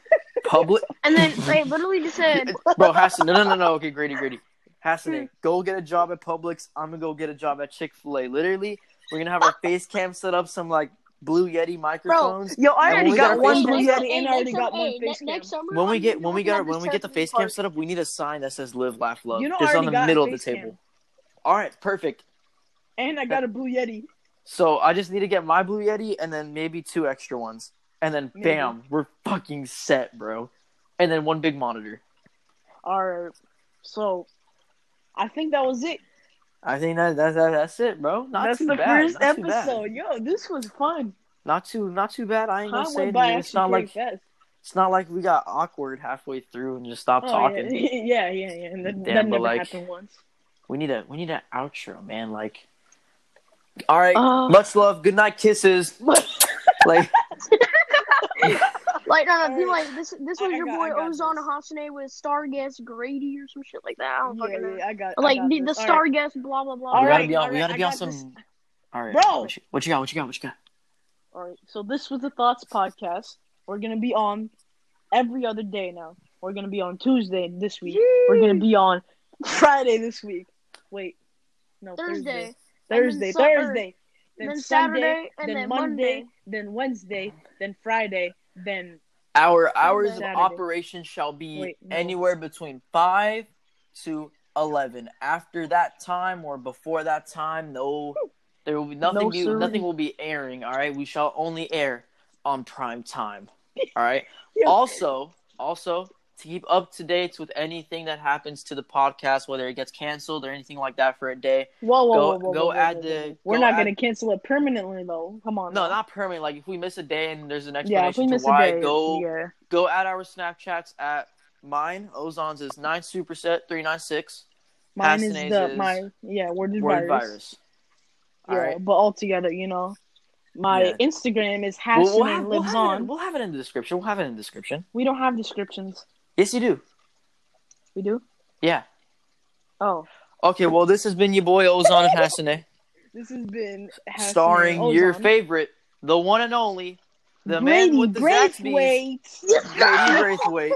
S4: public,
S3: And then they literally just said,
S4: bro. Hassan, no, no, no, no. Okay, Grady, Grady. Hassan, go get a job at Publix. I'm gonna go get a job at Chick Fil A. Literally, we're gonna have our face cam set up, some like Blue Yeti microphones.
S1: Yo, I already
S4: we
S1: got
S4: got
S1: one
S4: face
S1: Blue
S3: cam.
S1: Yeti and I already got one face cam.
S3: next summer,
S4: When we
S3: I'm
S4: get
S3: gonna
S4: when we
S3: have
S4: got
S3: this
S4: when we get the
S3: turkey
S4: face cam
S3: party.
S4: set up, we need a sign that says "Live, Laugh, Love."
S1: You know, I
S4: just on
S1: already
S4: the
S1: got a
S4: middle of the
S1: face cam.
S4: table. All right, perfect.
S1: And I got a Blue Yeti.
S4: So I just need to get my Blue Yeti and then maybe two extra ones, and then
S1: Maybe.
S4: bam, we're fucking set, bro. And then one big monitor.
S1: Alright. So I think that was it.
S4: I think that, that, that that's it, bro. Not
S1: That's
S4: too
S1: the
S4: bad.
S1: first
S4: not too bad.
S1: episode. Yo, this was fun.
S4: Not too not too bad. I ain't
S1: Time
S4: gonna say
S1: went
S4: it,
S1: by
S4: dude. It's
S1: actually
S4: not
S1: pretty
S4: like
S1: fast.
S4: it's not like we got awkward halfway through and just stopped
S1: Oh, yeah.
S4: talking.
S1: yeah, yeah, yeah. And that,
S4: Damn,
S1: that
S4: but,
S1: never
S4: like-
S1: happened once.
S4: We need a we need an outro, man. Like, all
S1: Oh.
S4: right,
S1: Um,
S3: Uh.
S4: much love, good night, kisses. like,
S3: Like, no, no, be like, this This
S1: I-
S3: was
S1: I
S3: your
S1: got-
S3: boy
S1: I got
S3: Ozana
S1: this.
S3: Hasane with Starguest Grady or some shit like that. I don't
S1: Yeah,
S3: fucking know.
S1: yeah, I got I
S3: Like,
S1: got
S3: the, the
S1: this. All right.
S3: Starguest, blah, blah, blah.
S1: All
S4: we
S1: right,
S4: gotta be on.
S1: all
S4: we
S1: right,
S4: gotta
S1: I
S4: be on
S1: got
S4: some.
S1: this.
S4: All right,
S1: Bro!
S4: What you, what you got? What you got? What you got?
S1: All right. So this was the Thoughts podcast. We're gonna be on every other day now. We're gonna be on Tuesday this week. We're gonna be on Friday this week. Wait, no
S3: Thursday.
S1: Thursday,
S3: And then Sun- or-
S1: Thursday, er, then,
S3: then
S1: Sunday,
S3: Saturday, and
S1: then,
S3: then
S1: Monday,
S3: Monday.
S1: then Wednesday, then Friday, then
S4: Our hours of
S1: Saturday.
S4: operation shall be
S1: Wait, no.
S4: anywhere between five to eleven. After that time or before that time, no, there will be nothing.
S1: No
S4: be,
S1: sir.
S4: nothing will be airing. All right, we shall only air on prime time. All right.
S1: Yeah.
S4: Also, also to keep up to date with anything that happens to the podcast, whether it gets canceled or anything like that for a day.
S1: whoa, whoa,
S4: Go-
S1: whoa, whoa,
S4: go
S1: whoa, whoa,
S4: add
S1: whoa,
S4: the-
S1: whoa. We're
S4: go
S1: not
S4: add-
S1: gonna cancel it permanently though. Come on.
S4: No,
S1: now.
S4: not permanently. Like if we miss a day and there's an
S1: Oh, yeah. If we
S4: explanation
S1: miss
S4: to why,
S1: a day,
S4: go
S1: yeah.
S4: go at our Snapchats at mine. Ozon's is nine superset three nine six.
S1: Mine is
S4: Hassana's
S1: the
S4: is
S1: my yeah. Word is
S4: Word
S1: virus.
S4: virus.
S1: Yeah,
S4: All right.
S1: but altogether, you know, my
S4: Yeah.
S1: Instagram is hashtag
S4: We'll, we'll have, we'll,
S1: lives
S4: have it,
S1: on.
S4: we'll have it in the description. We'll have it in the description.
S1: We don't have descriptions.
S4: Yes, you do.
S1: We do.
S4: Yeah.
S1: Oh,
S4: Okay. Well, this has been your boy Ozon and Hassane,
S1: this has been Hassan and
S4: starring your
S1: Ozan.
S4: favorite, the one and only, the
S1: Brady
S4: man with the Zaxby's,
S1: Braithwaite.
S4: Brady Braithwaite.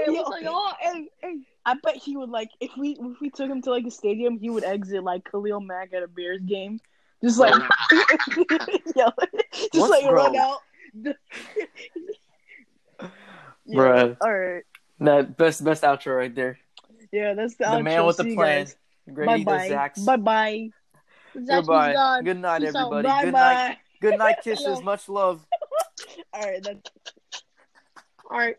S3: It
S1: Yo,
S3: was like, oh, hey, hey.
S1: I bet he would like if we if we took him to like a stadium, he would exit like Khalil Mack at a Bears game, just like yo, just
S4: Oh. What's
S1: like run
S4: wrong?
S1: out. Yeah,
S4: Bruh.
S1: All right.
S4: That best best outro right there.
S1: Yeah, that's the,
S4: The
S1: outro.
S4: man with the
S1: See you
S4: plan.
S1: guys.
S4: Grady the
S1: Bye-bye.
S4: Zax.
S1: Bye-bye.
S3: Zaxby's
S4: Goodbye.
S3: gone.
S4: Good night,
S3: Peace out.
S4: everybody.
S1: Bye
S4: Good night.
S1: bye.
S4: Good night. Kisses. Much love.
S1: All right, that's
S3: All right.